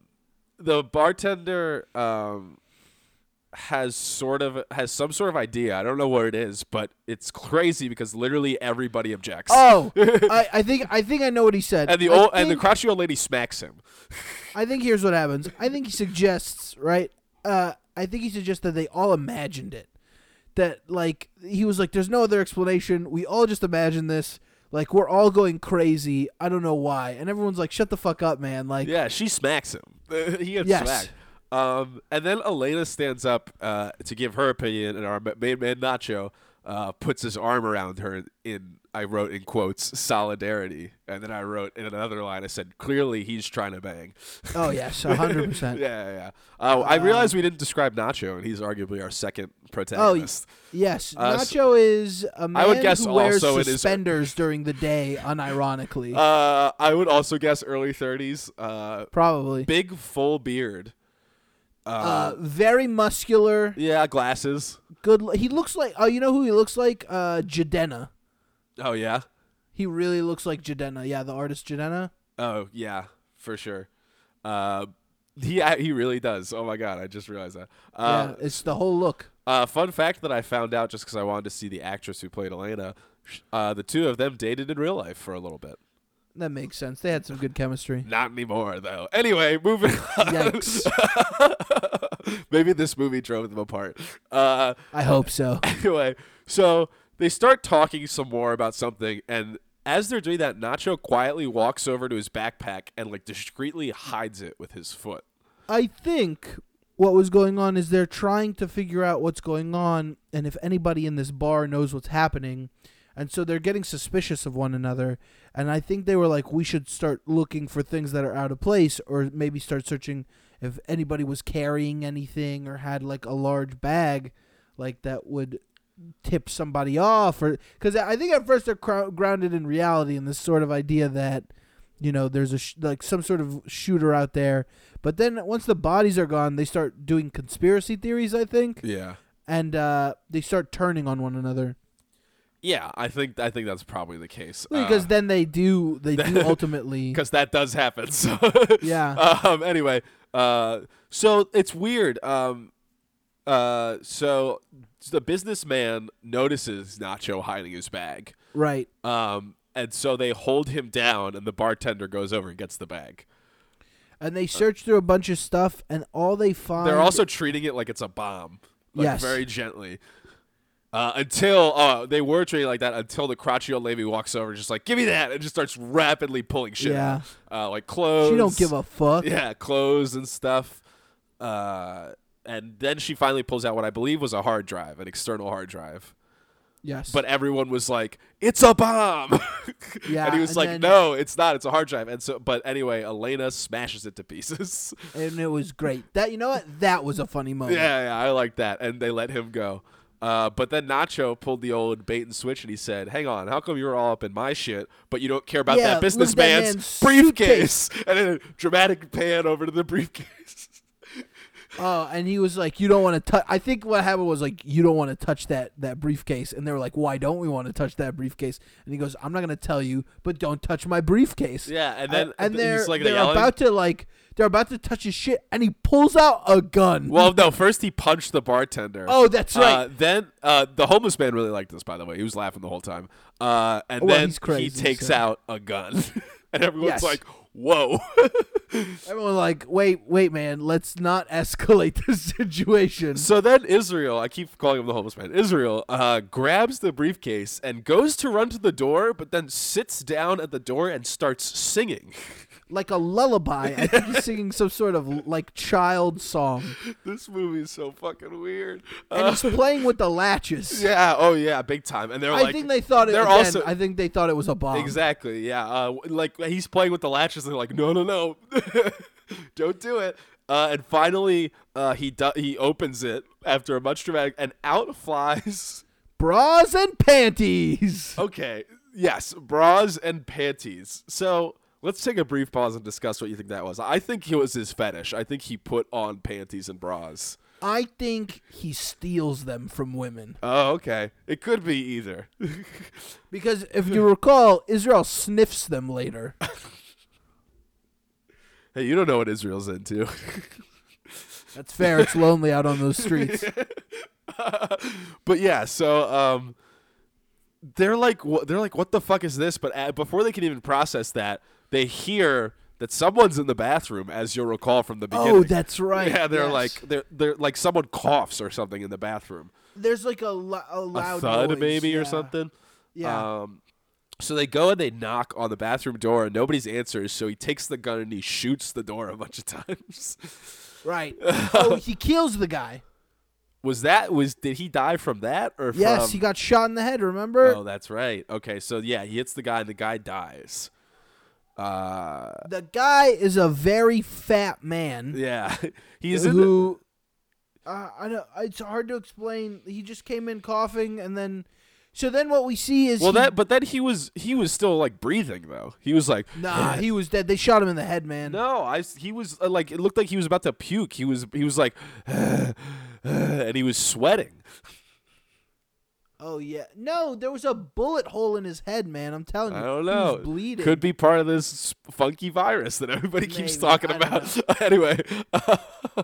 [SPEAKER 3] the bartender um, has sort of has some sort of idea. I don't know what it is, but it's crazy because literally everybody objects.
[SPEAKER 4] Oh, I, I think I think I know what he said.
[SPEAKER 3] and the
[SPEAKER 4] I
[SPEAKER 3] old and the
[SPEAKER 4] think-
[SPEAKER 3] crotchety old lady smacks him.
[SPEAKER 4] I think here's what happens. I think he suggests right. Uh, I think he suggests that they all imagined it. That like he was like, "There's no other explanation. We all just imagined this. Like we're all going crazy. I don't know why." And everyone's like, "Shut the fuck up, man!" Like,
[SPEAKER 3] Yeah, she smacks him. he gets
[SPEAKER 4] Yes.
[SPEAKER 3] smacked. Um, and then Elena stands up uh, to give her opinion, and our ma- main man Nacho uh, puts his arm around her in, I wrote in quotes, solidarity. And then I wrote in another line, I said, clearly he's trying to bang.
[SPEAKER 4] oh yes, hundred percent. Um,
[SPEAKER 3] yeah, yeah, yeah. Oh, I realized we didn't describe Nacho, and he's arguably our second
[SPEAKER 4] Oh y-
[SPEAKER 3] protagonist.
[SPEAKER 4] yes,
[SPEAKER 3] Uh, s-
[SPEAKER 4] Nacho is a man
[SPEAKER 3] I would guess
[SPEAKER 4] who wears
[SPEAKER 3] also it is-
[SPEAKER 4] suspenders during the day, unironically,
[SPEAKER 3] Uh, I would also guess early 30s. Uh,
[SPEAKER 4] probably.
[SPEAKER 3] big, full beard.
[SPEAKER 4] uh, very muscular.
[SPEAKER 3] Yeah, glasses.
[SPEAKER 4] Good. l- He looks like. Oh, you know who he looks like? Uh, Jadena.
[SPEAKER 3] Oh, yeah.
[SPEAKER 4] He really looks like Jadena. Yeah, the artist Jadena.
[SPEAKER 3] Oh yeah, for sure. Uh, he I- he really does. Oh my god, I just realized that. Uh,
[SPEAKER 4] yeah, it's the whole look.
[SPEAKER 3] uh, fun fact that I found out just because I wanted to see the actress who played Elena. sh- Uh, the two of them dated in real life for a little bit.
[SPEAKER 4] That makes sense. They had some good chemistry.
[SPEAKER 3] Not anymore though. Anyway, moving. on.
[SPEAKER 4] Yikes.
[SPEAKER 3] Maybe this movie drove them apart. Uh,
[SPEAKER 4] I hope so.
[SPEAKER 3] anyway, so they start talking some more about something, and as they're doing that, Nacho quietly walks over to his backpack and like discreetly hides it with his foot.
[SPEAKER 4] I think what was going on is they're trying to figure out what's going on and if anybody in this bar knows what's happening. And so they're getting suspicious of one another. And I think they were like, we should start looking for things that are out of place or maybe start searching if anybody was carrying anything or had like a large bag like that would tip somebody off or because i think at first they're crou- grounded in reality and this sort of idea that you know there's a sh- like some sort of shooter out there but then once the bodies are gone they start doing conspiracy theories i think
[SPEAKER 3] Yeah.
[SPEAKER 4] and uh, they start turning on one another
[SPEAKER 3] Yeah, I think I think that's probably the case
[SPEAKER 4] because then they do they do ultimately
[SPEAKER 3] because that does happen. So
[SPEAKER 4] Yeah.
[SPEAKER 3] Um. Anyway. Uh. So it's weird. Um. Uh. So the businessman notices Nacho hiding his bag.
[SPEAKER 4] right
[SPEAKER 3] Um. And so they hold him down, and the bartender goes over and gets the bag.
[SPEAKER 4] and they search through a bunch of stuff and all they find
[SPEAKER 3] They're also treating it like it's a bomb, like
[SPEAKER 4] Yes.
[SPEAKER 3] very gently. Uh, until uh, they were treating it like that until the crotchety old lady walks over, just like give me that, and just starts rapidly pulling shit,
[SPEAKER 4] Yeah.
[SPEAKER 3] out. Uh, like clothes.
[SPEAKER 4] she don't give a fuck
[SPEAKER 3] Yeah, clothes and stuff. Uh, and then she finally pulls out what I believe was a hard drive, an external hard drive.
[SPEAKER 4] Yes.
[SPEAKER 3] but everyone was like, "It's a bomb,"
[SPEAKER 4] Yeah,
[SPEAKER 3] and he was
[SPEAKER 4] and
[SPEAKER 3] like,
[SPEAKER 4] then-
[SPEAKER 3] "No, it's not. It's a hard drive." And so, but anyway, Elena smashes it to pieces.
[SPEAKER 4] and it was great. That you know what? That was a funny moment.
[SPEAKER 3] yeah, yeah, I like that. And they let him go. Uh, but then Nacho pulled the old bait and switch, and he said, "Hang on, how come you were all up in my shit, but you don't care about
[SPEAKER 4] Yeah,
[SPEAKER 3] that
[SPEAKER 4] look at that
[SPEAKER 3] businessman's
[SPEAKER 4] man's
[SPEAKER 3] briefcase?" And then a dramatic pan over to the briefcase.
[SPEAKER 4] Oh, and he was like, "You don't want to touch." I think what happened was like, "You don't want to touch that that briefcase," and they were like, "Why don't we want to touch that briefcase?" And he goes, "I'm not gonna tell you, but don't touch my briefcase."
[SPEAKER 3] Yeah, and then-
[SPEAKER 4] and
[SPEAKER 3] th-
[SPEAKER 4] they're
[SPEAKER 3] he's, like,
[SPEAKER 4] they're
[SPEAKER 3] yelling.
[SPEAKER 4] about to like they're about to touch his shit, and he pulls out a gun.
[SPEAKER 3] Well, no. First, he punched the bartender.
[SPEAKER 4] Oh, that's
[SPEAKER 3] Uh,
[SPEAKER 4] right.
[SPEAKER 3] then uh, the homeless man really liked this, by the way. He was laughing the whole time. Uh, and
[SPEAKER 4] Oh, Well,
[SPEAKER 3] then
[SPEAKER 4] he's crazy,
[SPEAKER 3] he takes
[SPEAKER 4] so-
[SPEAKER 3] out a gun, and everyone's
[SPEAKER 4] Yes.
[SPEAKER 3] like, "Whoa!"
[SPEAKER 4] Everyone like, "Wait, wait, man, let's not escalate this situation."
[SPEAKER 3] so then Israel, I keep calling him the homeless man. Israel uh, grabs the briefcase and goes to run to the door, but then sits down at the door and starts singing.
[SPEAKER 4] like a lullaby, I think he's singing some sort of like child song,
[SPEAKER 3] this movie is so fucking weird.
[SPEAKER 4] and
[SPEAKER 3] Uh,
[SPEAKER 4] he's playing with the latches.
[SPEAKER 3] yeah. Oh yeah. Big time. And they're
[SPEAKER 4] I
[SPEAKER 3] like,
[SPEAKER 4] think they thought it.
[SPEAKER 3] They're
[SPEAKER 4] Again,
[SPEAKER 3] also
[SPEAKER 4] I think they thought it was a bomb.
[SPEAKER 3] Exactly. Yeah. Uh, w- like he's playing with the latches. And they're like, no, no, no, don't do it. Uh, and finally, uh, he do- he opens it after a much dramatic, and out flies.
[SPEAKER 4] Bras and panties.
[SPEAKER 3] Okay. Yes, bras and panties. So let's take a brief pause and discuss what you think that was. I think it was his fetish. I think he put on panties and bras.
[SPEAKER 4] I think he steals them from women
[SPEAKER 3] Oh, okay. It could be either.
[SPEAKER 4] because if you recall, Israel sniffs them later.
[SPEAKER 3] hey, you don't know what Israel's into.
[SPEAKER 4] That's fair. It's lonely out on those streets.
[SPEAKER 3] but yeah, so um, they're like, wha- they're like, what the fuck is this? But uh, before they can even process that, they hear that someone's in the bathroom, as you'll recall from the beginning.
[SPEAKER 4] Oh, that's right.
[SPEAKER 3] Yeah, they're
[SPEAKER 4] Yes.
[SPEAKER 3] like, they're they're like someone coughs or something in the bathroom,
[SPEAKER 4] There's like a, lo- a loud
[SPEAKER 3] a thud
[SPEAKER 4] noise,
[SPEAKER 3] maybe
[SPEAKER 4] yeah.
[SPEAKER 3] or something.
[SPEAKER 4] Yeah.
[SPEAKER 3] Um, so they go and they knock on the bathroom door, and nobody's answers. So he takes the gun and he shoots the door a bunch of times.
[SPEAKER 4] right. oh, he kills the guy.
[SPEAKER 3] was that was did he die from that or
[SPEAKER 4] Yes,
[SPEAKER 3] from,
[SPEAKER 4] he got shot in the head. Remember?
[SPEAKER 3] Oh, that's right. Okay, so yeah, he hits the guy, and the guy dies. Uh,
[SPEAKER 4] the guy is a very fat man.
[SPEAKER 3] yeah, he's in. The,
[SPEAKER 4] who uh, I don't, it's hard to explain. He just came in coughing, and then so then what we see is
[SPEAKER 3] well,
[SPEAKER 4] he-
[SPEAKER 3] that but then he was he was still like breathing though. He was like,
[SPEAKER 4] nah, he was dead. They shot him in the head, man.
[SPEAKER 3] no, I s- he was uh, like it looked like he was about to puke. He was he was like, and he was sweating.
[SPEAKER 4] Oh yeah, no, there was a bullet hole in his head, man. I'm telling you,
[SPEAKER 3] I don't
[SPEAKER 4] He
[SPEAKER 3] know.
[SPEAKER 4] was bleeding.
[SPEAKER 3] Could be part of this funky virus that everybody keeps
[SPEAKER 4] Maybe.
[SPEAKER 3] talking
[SPEAKER 4] I don't
[SPEAKER 3] about. anyway,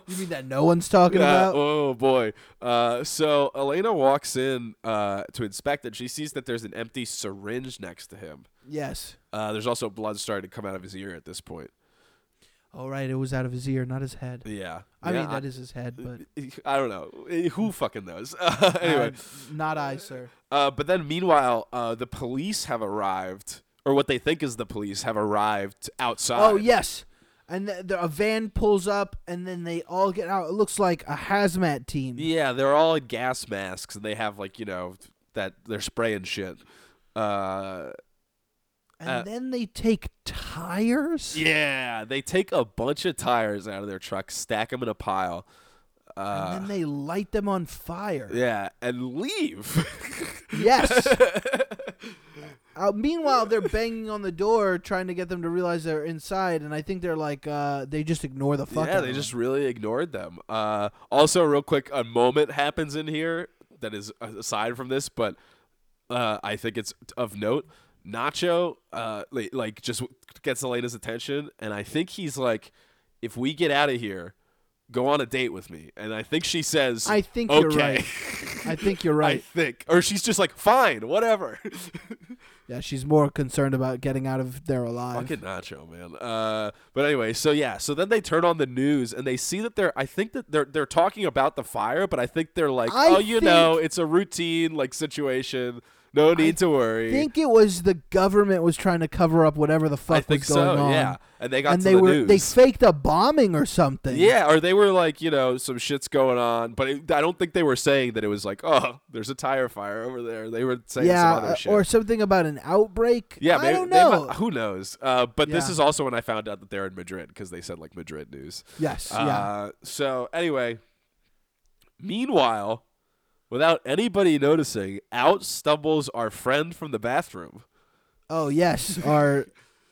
[SPEAKER 4] You mean that no one's talking
[SPEAKER 3] Yeah,
[SPEAKER 4] about?
[SPEAKER 3] Oh boy. Uh, so Elena walks in uh, to inspect it. She sees that there's an empty syringe next to him.
[SPEAKER 4] yes.
[SPEAKER 3] Uh, there's also blood starting to come out of his ear at this point.
[SPEAKER 4] All right, it was out of his ear, not his head.
[SPEAKER 3] Yeah.
[SPEAKER 4] I
[SPEAKER 3] Yeah,
[SPEAKER 4] mean, that is his head, but
[SPEAKER 3] I don't know. Eh, Who fucking knows? anyway.
[SPEAKER 4] uh, not I, sir.
[SPEAKER 3] Uh, but then, meanwhile, uh, the police have arrived, or what they think is the police have arrived outside.
[SPEAKER 4] Oh yes, and th- the, a van pulls up, and then they all get out. It looks like a hazmat team.
[SPEAKER 3] Yeah, they're all in gas masks, and they have like you know that they're spraying shit. Uh,
[SPEAKER 4] And
[SPEAKER 3] Uh,
[SPEAKER 4] then they take tires.
[SPEAKER 3] Yeah, they take a bunch of tires out of their truck, stack them in a pile. Uh,
[SPEAKER 4] and then they light them on fire.
[SPEAKER 3] yeah, and leave.
[SPEAKER 4] Yes. uh, meanwhile, they're banging on the door, trying to get them to realize they're inside. And I think they're like, uh, they just ignore the fuck.
[SPEAKER 3] yeah,
[SPEAKER 4] out
[SPEAKER 3] they
[SPEAKER 4] of
[SPEAKER 3] just
[SPEAKER 4] them.
[SPEAKER 3] really ignored them. Uh, also, real quick, a moment happens in here that is aside from this, but uh, I think it's of note. Nacho, uh, li- like, just gets Elena's attention, and I think he's like, "If we get out of here, go on a date with me." And I think she says,
[SPEAKER 4] I think
[SPEAKER 3] okay.
[SPEAKER 4] you're right. I think you're
[SPEAKER 3] I
[SPEAKER 4] right.
[SPEAKER 3] think. Or she's just like, fine, whatever.
[SPEAKER 4] yeah, she's more concerned about getting out of there alive.
[SPEAKER 3] Fucking Nacho, man. Uh, but anyway, so yeah, so then they turn on the news and they see that they're. I think that they're they're talking about the fire, but I think they're like,
[SPEAKER 4] I
[SPEAKER 3] oh, you know,
[SPEAKER 4] think-
[SPEAKER 3] it's a routine like situation. No need to worry.
[SPEAKER 4] I think it was the government was trying to cover up whatever the fuck
[SPEAKER 3] I think
[SPEAKER 4] was going
[SPEAKER 3] so.
[SPEAKER 4] on.
[SPEAKER 3] Yeah, and they got
[SPEAKER 4] and
[SPEAKER 3] to
[SPEAKER 4] they
[SPEAKER 3] the
[SPEAKER 4] were
[SPEAKER 3] news.
[SPEAKER 4] they faked a bombing or something.
[SPEAKER 3] yeah, or they were like, you know, some shit's going on, but it, I don't think they were saying that it was like, oh, there's a tire fire over there. They were saying
[SPEAKER 4] yeah,
[SPEAKER 3] some other
[SPEAKER 4] uh,
[SPEAKER 3] shit.
[SPEAKER 4] or something about an outbreak.
[SPEAKER 3] yeah,
[SPEAKER 4] I
[SPEAKER 3] maybe-
[SPEAKER 4] don't
[SPEAKER 3] they
[SPEAKER 4] know.
[SPEAKER 3] might- who knows? Uh, but this
[SPEAKER 4] Yeah.
[SPEAKER 3] is also when I found out that they're in Madrid because they said like Madrid news.
[SPEAKER 4] yes, yeah.
[SPEAKER 3] Uh, so anyway, meanwhile, without anybody noticing, out stumbles our friend from the bathroom,
[SPEAKER 4] Oh yes, our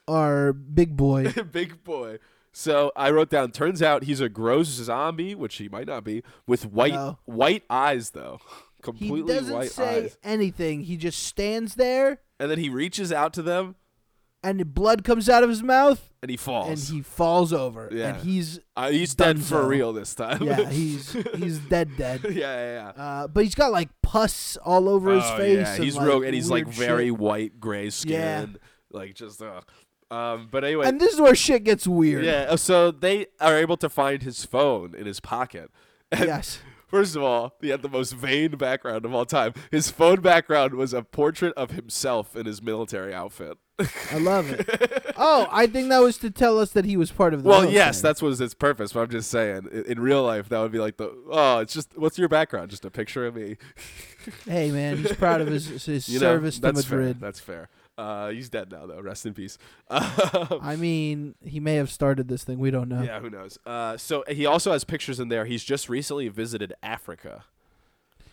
[SPEAKER 4] our big boy.
[SPEAKER 3] big boy. So I wrote down. Turns out he's a gross zombie, which he might not be, with white
[SPEAKER 4] No.
[SPEAKER 3] white eyes though,
[SPEAKER 4] He
[SPEAKER 3] completely
[SPEAKER 4] doesn't
[SPEAKER 3] white
[SPEAKER 4] say
[SPEAKER 3] eyes.
[SPEAKER 4] anything. He just stands there,
[SPEAKER 3] And then he reaches out to them
[SPEAKER 4] and the blood comes out of his mouth,
[SPEAKER 3] and he falls.
[SPEAKER 4] and he falls over.
[SPEAKER 3] Yeah.
[SPEAKER 4] and he's
[SPEAKER 3] Uh, he's dead for
[SPEAKER 4] Dunzo.
[SPEAKER 3] real this time.
[SPEAKER 4] yeah, he's he's dead dead.
[SPEAKER 3] yeah, yeah, yeah.
[SPEAKER 4] Uh, but he's got like pus all over his
[SPEAKER 3] Oh,
[SPEAKER 4] face.
[SPEAKER 3] Yeah,
[SPEAKER 4] and,
[SPEAKER 3] he's
[SPEAKER 4] like,
[SPEAKER 3] real, and he's like
[SPEAKER 4] weird
[SPEAKER 3] very
[SPEAKER 4] shit.
[SPEAKER 3] white, gray skin, like just. Uh, um, but anyway,
[SPEAKER 4] And this is where shit gets weird.
[SPEAKER 3] Yeah, uh, so they are able to find his phone in his pocket. And
[SPEAKER 4] Yes.
[SPEAKER 3] First of all, he had the most vain background of all time. His phone background was a portrait of himself in his military outfit.
[SPEAKER 4] I love it. oh, I think that was to tell us that he was part of the.
[SPEAKER 3] well,
[SPEAKER 4] military.
[SPEAKER 3] yes, that's what its purpose, but I'm just saying, in, in real life, that would be like the, oh, it's just, what's your background? Just a picture of me.
[SPEAKER 4] Hey man, he's proud of his, his
[SPEAKER 3] You know,
[SPEAKER 4] service to
[SPEAKER 3] that's fair,
[SPEAKER 4] Madrid.
[SPEAKER 3] That's fair. Uh, he's dead now, though. Rest in peace. Um,
[SPEAKER 4] I mean, he may have started this thing. We don't know.
[SPEAKER 3] yeah, who knows? Uh, so he also has pictures in there. He's just recently visited Africa,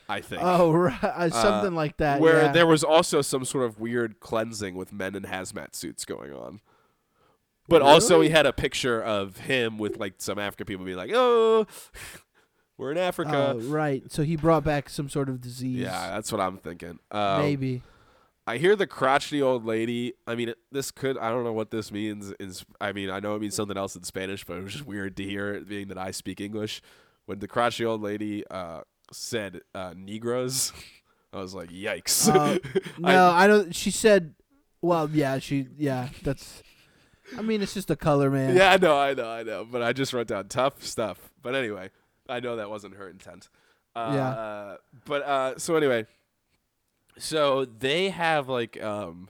[SPEAKER 3] I think.
[SPEAKER 4] Oh, right, uh, something like that.
[SPEAKER 3] where
[SPEAKER 4] yeah.
[SPEAKER 3] there was also some sort of weird cleansing with men in hazmat suits going on. But also, he had a picture of him with like some African people being like, "Oh, we're in Africa."
[SPEAKER 4] Oh, right. So he brought back some sort of disease.
[SPEAKER 3] yeah, that's what I'm thinking. Um,
[SPEAKER 4] Maybe.
[SPEAKER 3] I hear the crotchety old lady. I mean, it- this could—I don't know what this means. In, Sp- I mean, I know it means something else in Spanish, but it was just weird to hear it, being that I speak English. When the crotchety old lady uh, said uh, "Negroes," I was like, "Yikes!"
[SPEAKER 4] Uh,
[SPEAKER 3] I-
[SPEAKER 4] No, I, don't. She said, "Well, yeah, she, yeah, that's." I mean, it's just a color, man.
[SPEAKER 3] Yeah, I know, I know, I know. But I just wrote down tough stuff. But anyway, I know that wasn't her intent. Uh,
[SPEAKER 4] Yeah.
[SPEAKER 3] But uh, so anyway, so they have like um,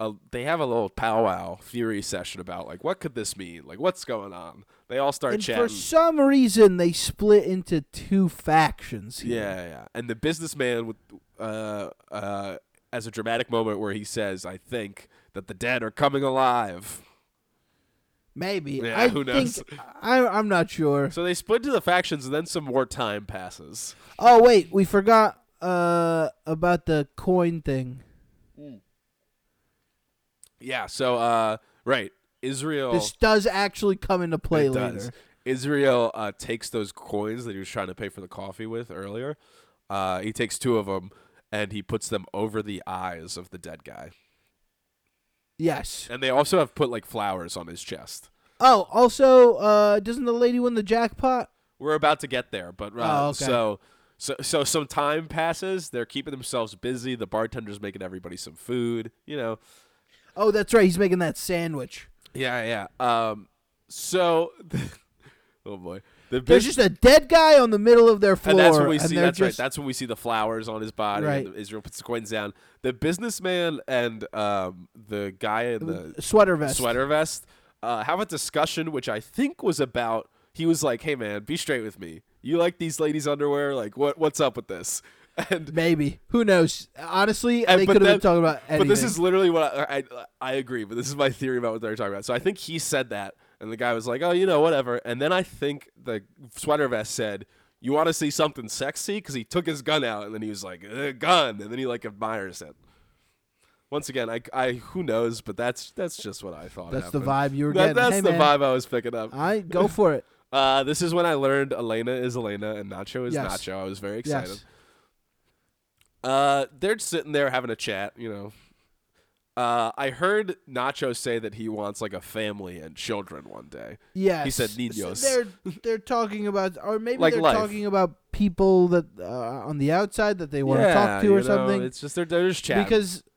[SPEAKER 3] a, they have a little powwow theory session about like what could this mean? Like what's going on? They all start
[SPEAKER 4] And for
[SPEAKER 3] chatting.
[SPEAKER 4] some reason, they split into two factions. here.
[SPEAKER 3] yeah, yeah. And the businessman with uh uh as a dramatic moment where he says, "I think that the dead are coming alive."
[SPEAKER 4] Maybe.
[SPEAKER 3] Yeah,
[SPEAKER 4] I
[SPEAKER 3] who
[SPEAKER 4] think-
[SPEAKER 3] knows?
[SPEAKER 4] I, I'm not sure.
[SPEAKER 3] So they split to the factions, and then some more time passes.
[SPEAKER 4] Oh wait, we forgot uh about the coin thing.
[SPEAKER 3] Yeah. So, uh, right, Israel.
[SPEAKER 4] This does actually come into play
[SPEAKER 3] Oh. it
[SPEAKER 4] later.
[SPEAKER 3] does. Israel uh, takes those coins that he was trying to pay for the coffee with earlier. Uh, he takes two of them and he puts them over the eyes of the dead guy.
[SPEAKER 4] Yes.
[SPEAKER 3] And they also have put like flowers on his chest.
[SPEAKER 4] Oh, also, uh, doesn't the lady win the jackpot?
[SPEAKER 3] We're about to get there, but uh,
[SPEAKER 4] Oh, okay.
[SPEAKER 3] so. So, so some time passes. They're keeping themselves busy. The bartender's making everybody some food. You know,
[SPEAKER 4] Oh, that's right. He's making that sandwich.
[SPEAKER 3] yeah, yeah. Um, so, oh boy, the
[SPEAKER 4] There's
[SPEAKER 3] bus-
[SPEAKER 4] just a dead guy on the middle of their floor,
[SPEAKER 3] And Uh, that's when we
[SPEAKER 4] and
[SPEAKER 3] see.
[SPEAKER 4] they're
[SPEAKER 3] That's
[SPEAKER 4] just,
[SPEAKER 3] right. That's when we see the flowers on his body. and
[SPEAKER 4] Right.
[SPEAKER 3] the- Israel puts the coins down. The businessman and um, the guy in the
[SPEAKER 4] sweater vest.
[SPEAKER 3] sweater vest uh, have a discussion, which I think was about. He was like, "Hey, man, be straight with me. You like these ladies' underwear? Like, what? What's up with this?" And
[SPEAKER 4] Maybe. Who knows? Honestly,
[SPEAKER 3] and-
[SPEAKER 4] they
[SPEAKER 3] but
[SPEAKER 4] could have
[SPEAKER 3] then-
[SPEAKER 4] been talking about anything.
[SPEAKER 3] But this is literally what I, I I agree. But this is my theory about what they're talking about. So I think he said that, and the guy was like, "Oh, you know, whatever." And then I think the sweater vest said, "You want to see something sexy?" Because he took his gun out, and then he was like, "Uh, "Gun," and then he like admires it. Once again, I, I who knows, but that's that's just what I thought.
[SPEAKER 4] That's the
[SPEAKER 3] happened.
[SPEAKER 4] vibe you were
[SPEAKER 3] That-
[SPEAKER 4] getting.
[SPEAKER 3] that's
[SPEAKER 4] Hey,
[SPEAKER 3] the
[SPEAKER 4] man.
[SPEAKER 3] vibe I was picking up.
[SPEAKER 4] I go for it.
[SPEAKER 3] Uh, this is when I learned Elena is Elena and Nacho is
[SPEAKER 4] Yes.
[SPEAKER 3] Nacho. I was very excited.
[SPEAKER 4] yes.
[SPEAKER 3] Uh, they're sitting there having a chat, you know. Uh, I heard Nacho say that he wants like a family and children one day.
[SPEAKER 4] Yes.
[SPEAKER 3] said
[SPEAKER 4] So
[SPEAKER 3] niños.
[SPEAKER 4] They're they're talking about, or maybe
[SPEAKER 3] Like
[SPEAKER 4] they're
[SPEAKER 3] life.
[SPEAKER 4] talking about people that uh, on the outside that they want to talk to
[SPEAKER 3] you
[SPEAKER 4] or
[SPEAKER 3] know,
[SPEAKER 4] something.
[SPEAKER 3] It's just they're, they're just chatting. Because
[SPEAKER 4] because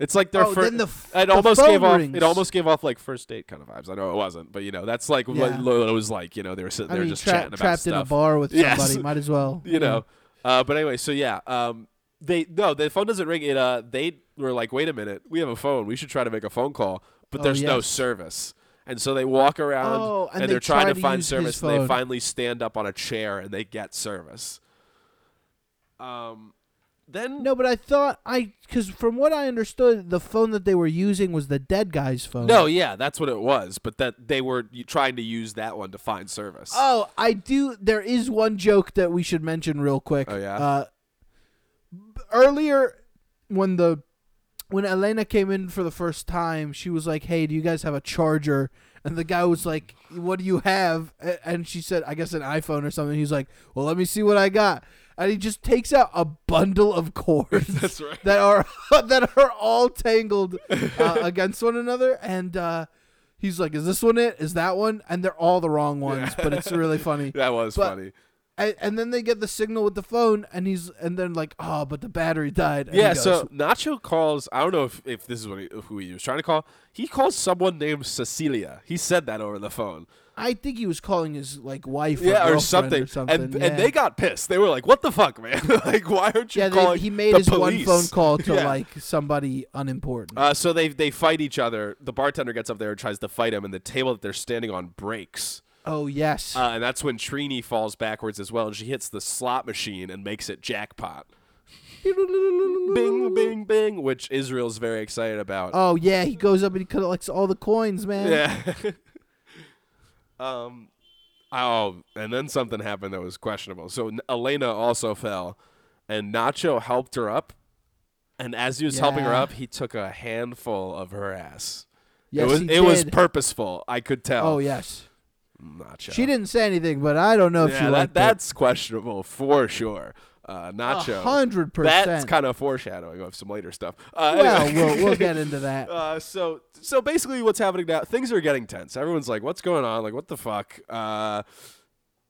[SPEAKER 3] it's like their
[SPEAKER 4] oh,
[SPEAKER 3] first.
[SPEAKER 4] then the f-
[SPEAKER 3] it
[SPEAKER 4] the
[SPEAKER 3] almost
[SPEAKER 4] phone
[SPEAKER 3] gave off.
[SPEAKER 4] rings.
[SPEAKER 3] It almost gave off like first date kind of vibes. I know it wasn't, but you know that's like what
[SPEAKER 4] Yeah.
[SPEAKER 3] Lola was like. You know they were sitting
[SPEAKER 4] I
[SPEAKER 3] there
[SPEAKER 4] mean,
[SPEAKER 3] just
[SPEAKER 4] tra-
[SPEAKER 3] chatting about
[SPEAKER 4] trapped in
[SPEAKER 3] stuff.
[SPEAKER 4] a bar with
[SPEAKER 3] Yes.
[SPEAKER 4] somebody. Might as well.
[SPEAKER 3] you know. Uh, but anyway, so yeah, um, they no, the phone doesn't ring. It uh, they were like, wait a minute, we have a phone. We should try to make a phone call, but
[SPEAKER 4] Oh,
[SPEAKER 3] there's no
[SPEAKER 4] yes.
[SPEAKER 3] service. And so they walk around
[SPEAKER 4] Oh, and
[SPEAKER 3] and,
[SPEAKER 4] they
[SPEAKER 3] they're trying
[SPEAKER 4] try
[SPEAKER 3] to,
[SPEAKER 4] to
[SPEAKER 3] find
[SPEAKER 4] use his
[SPEAKER 3] service. And they
[SPEAKER 4] phone.
[SPEAKER 3] finally stand up on a chair and they get service. Um, then
[SPEAKER 4] No, but I thought I because from what I understood, the phone that they were using was the dead guy's phone.
[SPEAKER 3] No, yeah, that's what it was. But that they were y- trying to use that one to find service.
[SPEAKER 4] Oh, I do. There is one joke that we should mention real quick.
[SPEAKER 3] Oh, yeah?
[SPEAKER 4] Uh, b- earlier, when the when Elena came in for the first time, she was like, "Hey, do you guys have a charger?" And the guy was like, "What do you have?" A- And she said, "I guess an iPhone or something." He's like, "Well, let me see what I got." And he just takes out a bundle of cords
[SPEAKER 3] That's right.
[SPEAKER 4] that are that are all tangled uh, against one another, and uh, he's like, "Is this one it? Is that one?" And they're all the wrong ones, but it's really funny.
[SPEAKER 3] that was
[SPEAKER 4] but-
[SPEAKER 3] funny.
[SPEAKER 4] And, and then they get the signal with the phone, and he's and then like, "Oh, but the battery died." And he
[SPEAKER 3] Yeah,
[SPEAKER 4] goes,
[SPEAKER 3] so Nacho calls. I don't know if, if this is what he, who he was trying to call. He calls someone named Cecilia. He said that over the phone.
[SPEAKER 4] I think he was calling his like wife,
[SPEAKER 3] yeah,
[SPEAKER 4] or,
[SPEAKER 3] or
[SPEAKER 4] girlfriend
[SPEAKER 3] something.
[SPEAKER 4] or something.
[SPEAKER 3] And,
[SPEAKER 4] yeah.
[SPEAKER 3] and they got pissed. They were like, "What the fuck, man? like, why aren't you
[SPEAKER 4] yeah. They,
[SPEAKER 3] calling?"
[SPEAKER 4] he made
[SPEAKER 3] the
[SPEAKER 4] his one
[SPEAKER 3] police?"
[SPEAKER 4] phone call to
[SPEAKER 3] Yeah.
[SPEAKER 4] like somebody unimportant.
[SPEAKER 3] Uh, so they they fight each other. The bartender gets up there and tries to fight him, and the table that they're standing on breaks.
[SPEAKER 4] oh yes,
[SPEAKER 3] Uh, and that's when Trini falls backwards as well, and she hits the slot machine and makes it jackpot. Bing, bing, bing, which Israel's very excited about.
[SPEAKER 4] oh yeah. He goes up and he collects all the coins, man.
[SPEAKER 3] Yeah. um. Oh, and then something happened that was questionable. So N- Elena also fell, and Nacho helped her up. And as he was helping her
[SPEAKER 4] Yeah.
[SPEAKER 3] up, he took a handful of her ass.
[SPEAKER 4] Yes,
[SPEAKER 3] it was
[SPEAKER 4] he
[SPEAKER 3] it was
[SPEAKER 4] did.
[SPEAKER 3] purposeful. I could tell.
[SPEAKER 4] oh yes.
[SPEAKER 3] Nacho.
[SPEAKER 4] She didn't say anything, but I don't know if
[SPEAKER 3] Yeah,
[SPEAKER 4] she
[SPEAKER 3] that-
[SPEAKER 4] liked it.
[SPEAKER 3] that's questionable for sure. Uh, Nacho.
[SPEAKER 4] A hundred
[SPEAKER 3] That's
[SPEAKER 4] percent.
[SPEAKER 3] kind of foreshadowing of some later stuff. Uh,
[SPEAKER 4] Well,
[SPEAKER 3] anyway.
[SPEAKER 4] we'll we'll get into that.
[SPEAKER 3] Uh, so so basically, what's happening now? Things are getting tense. Everyone's like, "What's going on? Like, what the fuck?" Uh,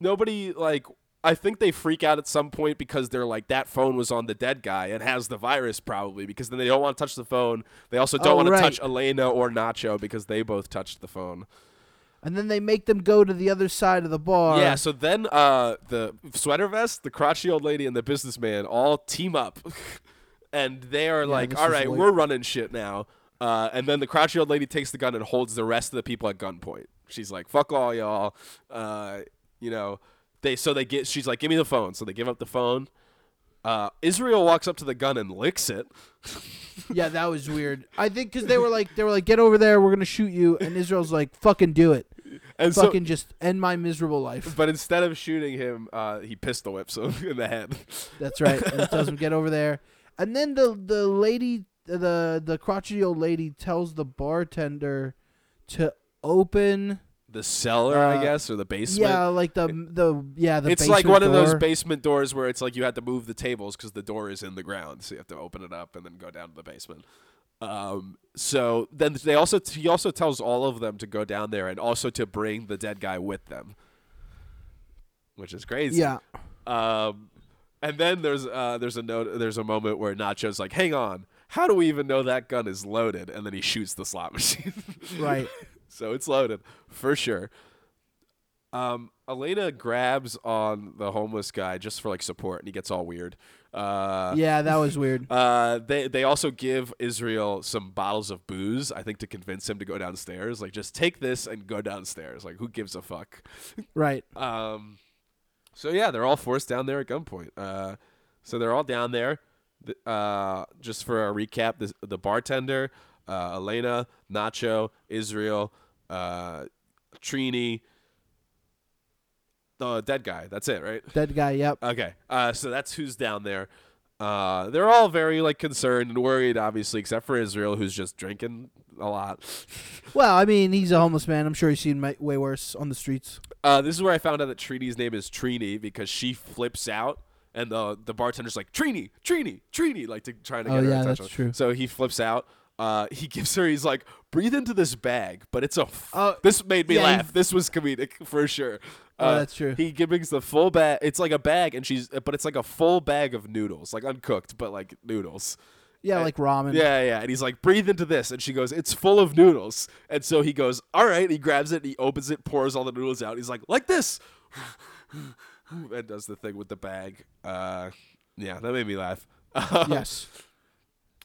[SPEAKER 3] nobody like. I think they freak out at some point because they're like, "That phone was on the dead guy. It has the virus, probably." Because then they don't want to touch the phone. They also don't
[SPEAKER 4] Oh,
[SPEAKER 3] want
[SPEAKER 4] right.
[SPEAKER 3] to touch Elena or Nacho because they both touched the phone.
[SPEAKER 4] And then they make them go to the other side of the bar.
[SPEAKER 3] Yeah. So then, uh, the sweater vest, the crotchety old lady, and the businessman all team up, and they are like,
[SPEAKER 4] this
[SPEAKER 3] "All
[SPEAKER 4] is
[SPEAKER 3] right,
[SPEAKER 4] like-
[SPEAKER 3] we're running shit now." Uh, and then the crotchety old lady takes the gun and holds the rest of the people at gunpoint. She's like, "Fuck all y'all," uh, you know. They so they get. She's like, "Give me the phone." So they give up the phone. Uh, Israel walks up to the gun and licks it.
[SPEAKER 4] yeah, that was weird. I think because they were like, they were like, get over there, we're gonna shoot you. And Israel's like, fucking do it,
[SPEAKER 3] And so,
[SPEAKER 4] fucking just end my miserable life.
[SPEAKER 3] but instead of shooting him, uh, he pistol whips him in the head.
[SPEAKER 4] That's right. And it tells him get over there. And then the the lady, the the crotchety old lady, tells the bartender to open.
[SPEAKER 3] The cellar,
[SPEAKER 4] Uh,
[SPEAKER 3] I guess, or the basement.
[SPEAKER 4] Yeah, like the the yeah the.
[SPEAKER 3] it's like
[SPEAKER 4] basement
[SPEAKER 3] one of those
[SPEAKER 4] door.
[SPEAKER 3] basement doors where it's like you had to move the tables because the door is in the ground, so you have to open it up and then go down to the basement. Um, so then they also he also tells all of them to go down there and also to bring the dead guy with them, which is crazy.
[SPEAKER 4] Yeah.
[SPEAKER 3] Um, and then there's uh, there's a note there's a moment where Nacho's like, "Hang on, how do we even know that gun is loaded?" And then he shoots the slot machine.
[SPEAKER 4] Right.
[SPEAKER 3] so it's loaded for sure. Um, Elena grabs on the homeless guy just for like support, and he gets all weird. Uh,
[SPEAKER 4] Yeah, that was weird.
[SPEAKER 3] Uh, they they also give Israel some bottles of booze, I think, to convince him to go downstairs. Like, just take this and go downstairs. Like, who gives a fuck?
[SPEAKER 4] Right.
[SPEAKER 3] Um, so yeah, they're all forced down there at gunpoint. Uh, so they're all down there. Th- Uh, just for a recap, this, the bartender, uh, Elena, Nacho, Israel, uh, Trini, the dead guy. That's it, right?
[SPEAKER 4] Dead guy. Yep.
[SPEAKER 3] Okay. Uh, so that's who's down there. Uh, they're all very like concerned and worried, obviously, except for Israel, who's just drinking a lot.
[SPEAKER 4] Well, I mean, he's a homeless man. I'm sure he's seen my, way worse on the streets.
[SPEAKER 3] Uh, this is where I found out that Trini's name is Trini because she flips out, and the the bartender's like Trini, Trini, Trini, like to trying to
[SPEAKER 4] Oh,
[SPEAKER 3] get her
[SPEAKER 4] yeah,
[SPEAKER 3] attention.
[SPEAKER 4] that's true.
[SPEAKER 3] So he flips out. Uh, he gives her. He's like, breathe into this bag, but it's a. F-
[SPEAKER 4] Oh,
[SPEAKER 3] this made me
[SPEAKER 4] yeah, he-
[SPEAKER 3] laugh. This was comedic for sure.
[SPEAKER 4] Oh,
[SPEAKER 3] Uh,
[SPEAKER 4] that's true.
[SPEAKER 3] He gives the full bag. It's like a bag, and she's, but it's like a full bag of noodles, like uncooked, but like noodles.
[SPEAKER 4] Yeah,
[SPEAKER 3] Uh,
[SPEAKER 4] like ramen.
[SPEAKER 3] Yeah, yeah. And he's like, breathe into this. And she goes, it's full of noodles. And so he goes, all right. He grabs it, he opens it, pours all the noodles out. He's like, like this. and does the thing with the bag. Uh, yeah, that made me laugh.
[SPEAKER 4] yes.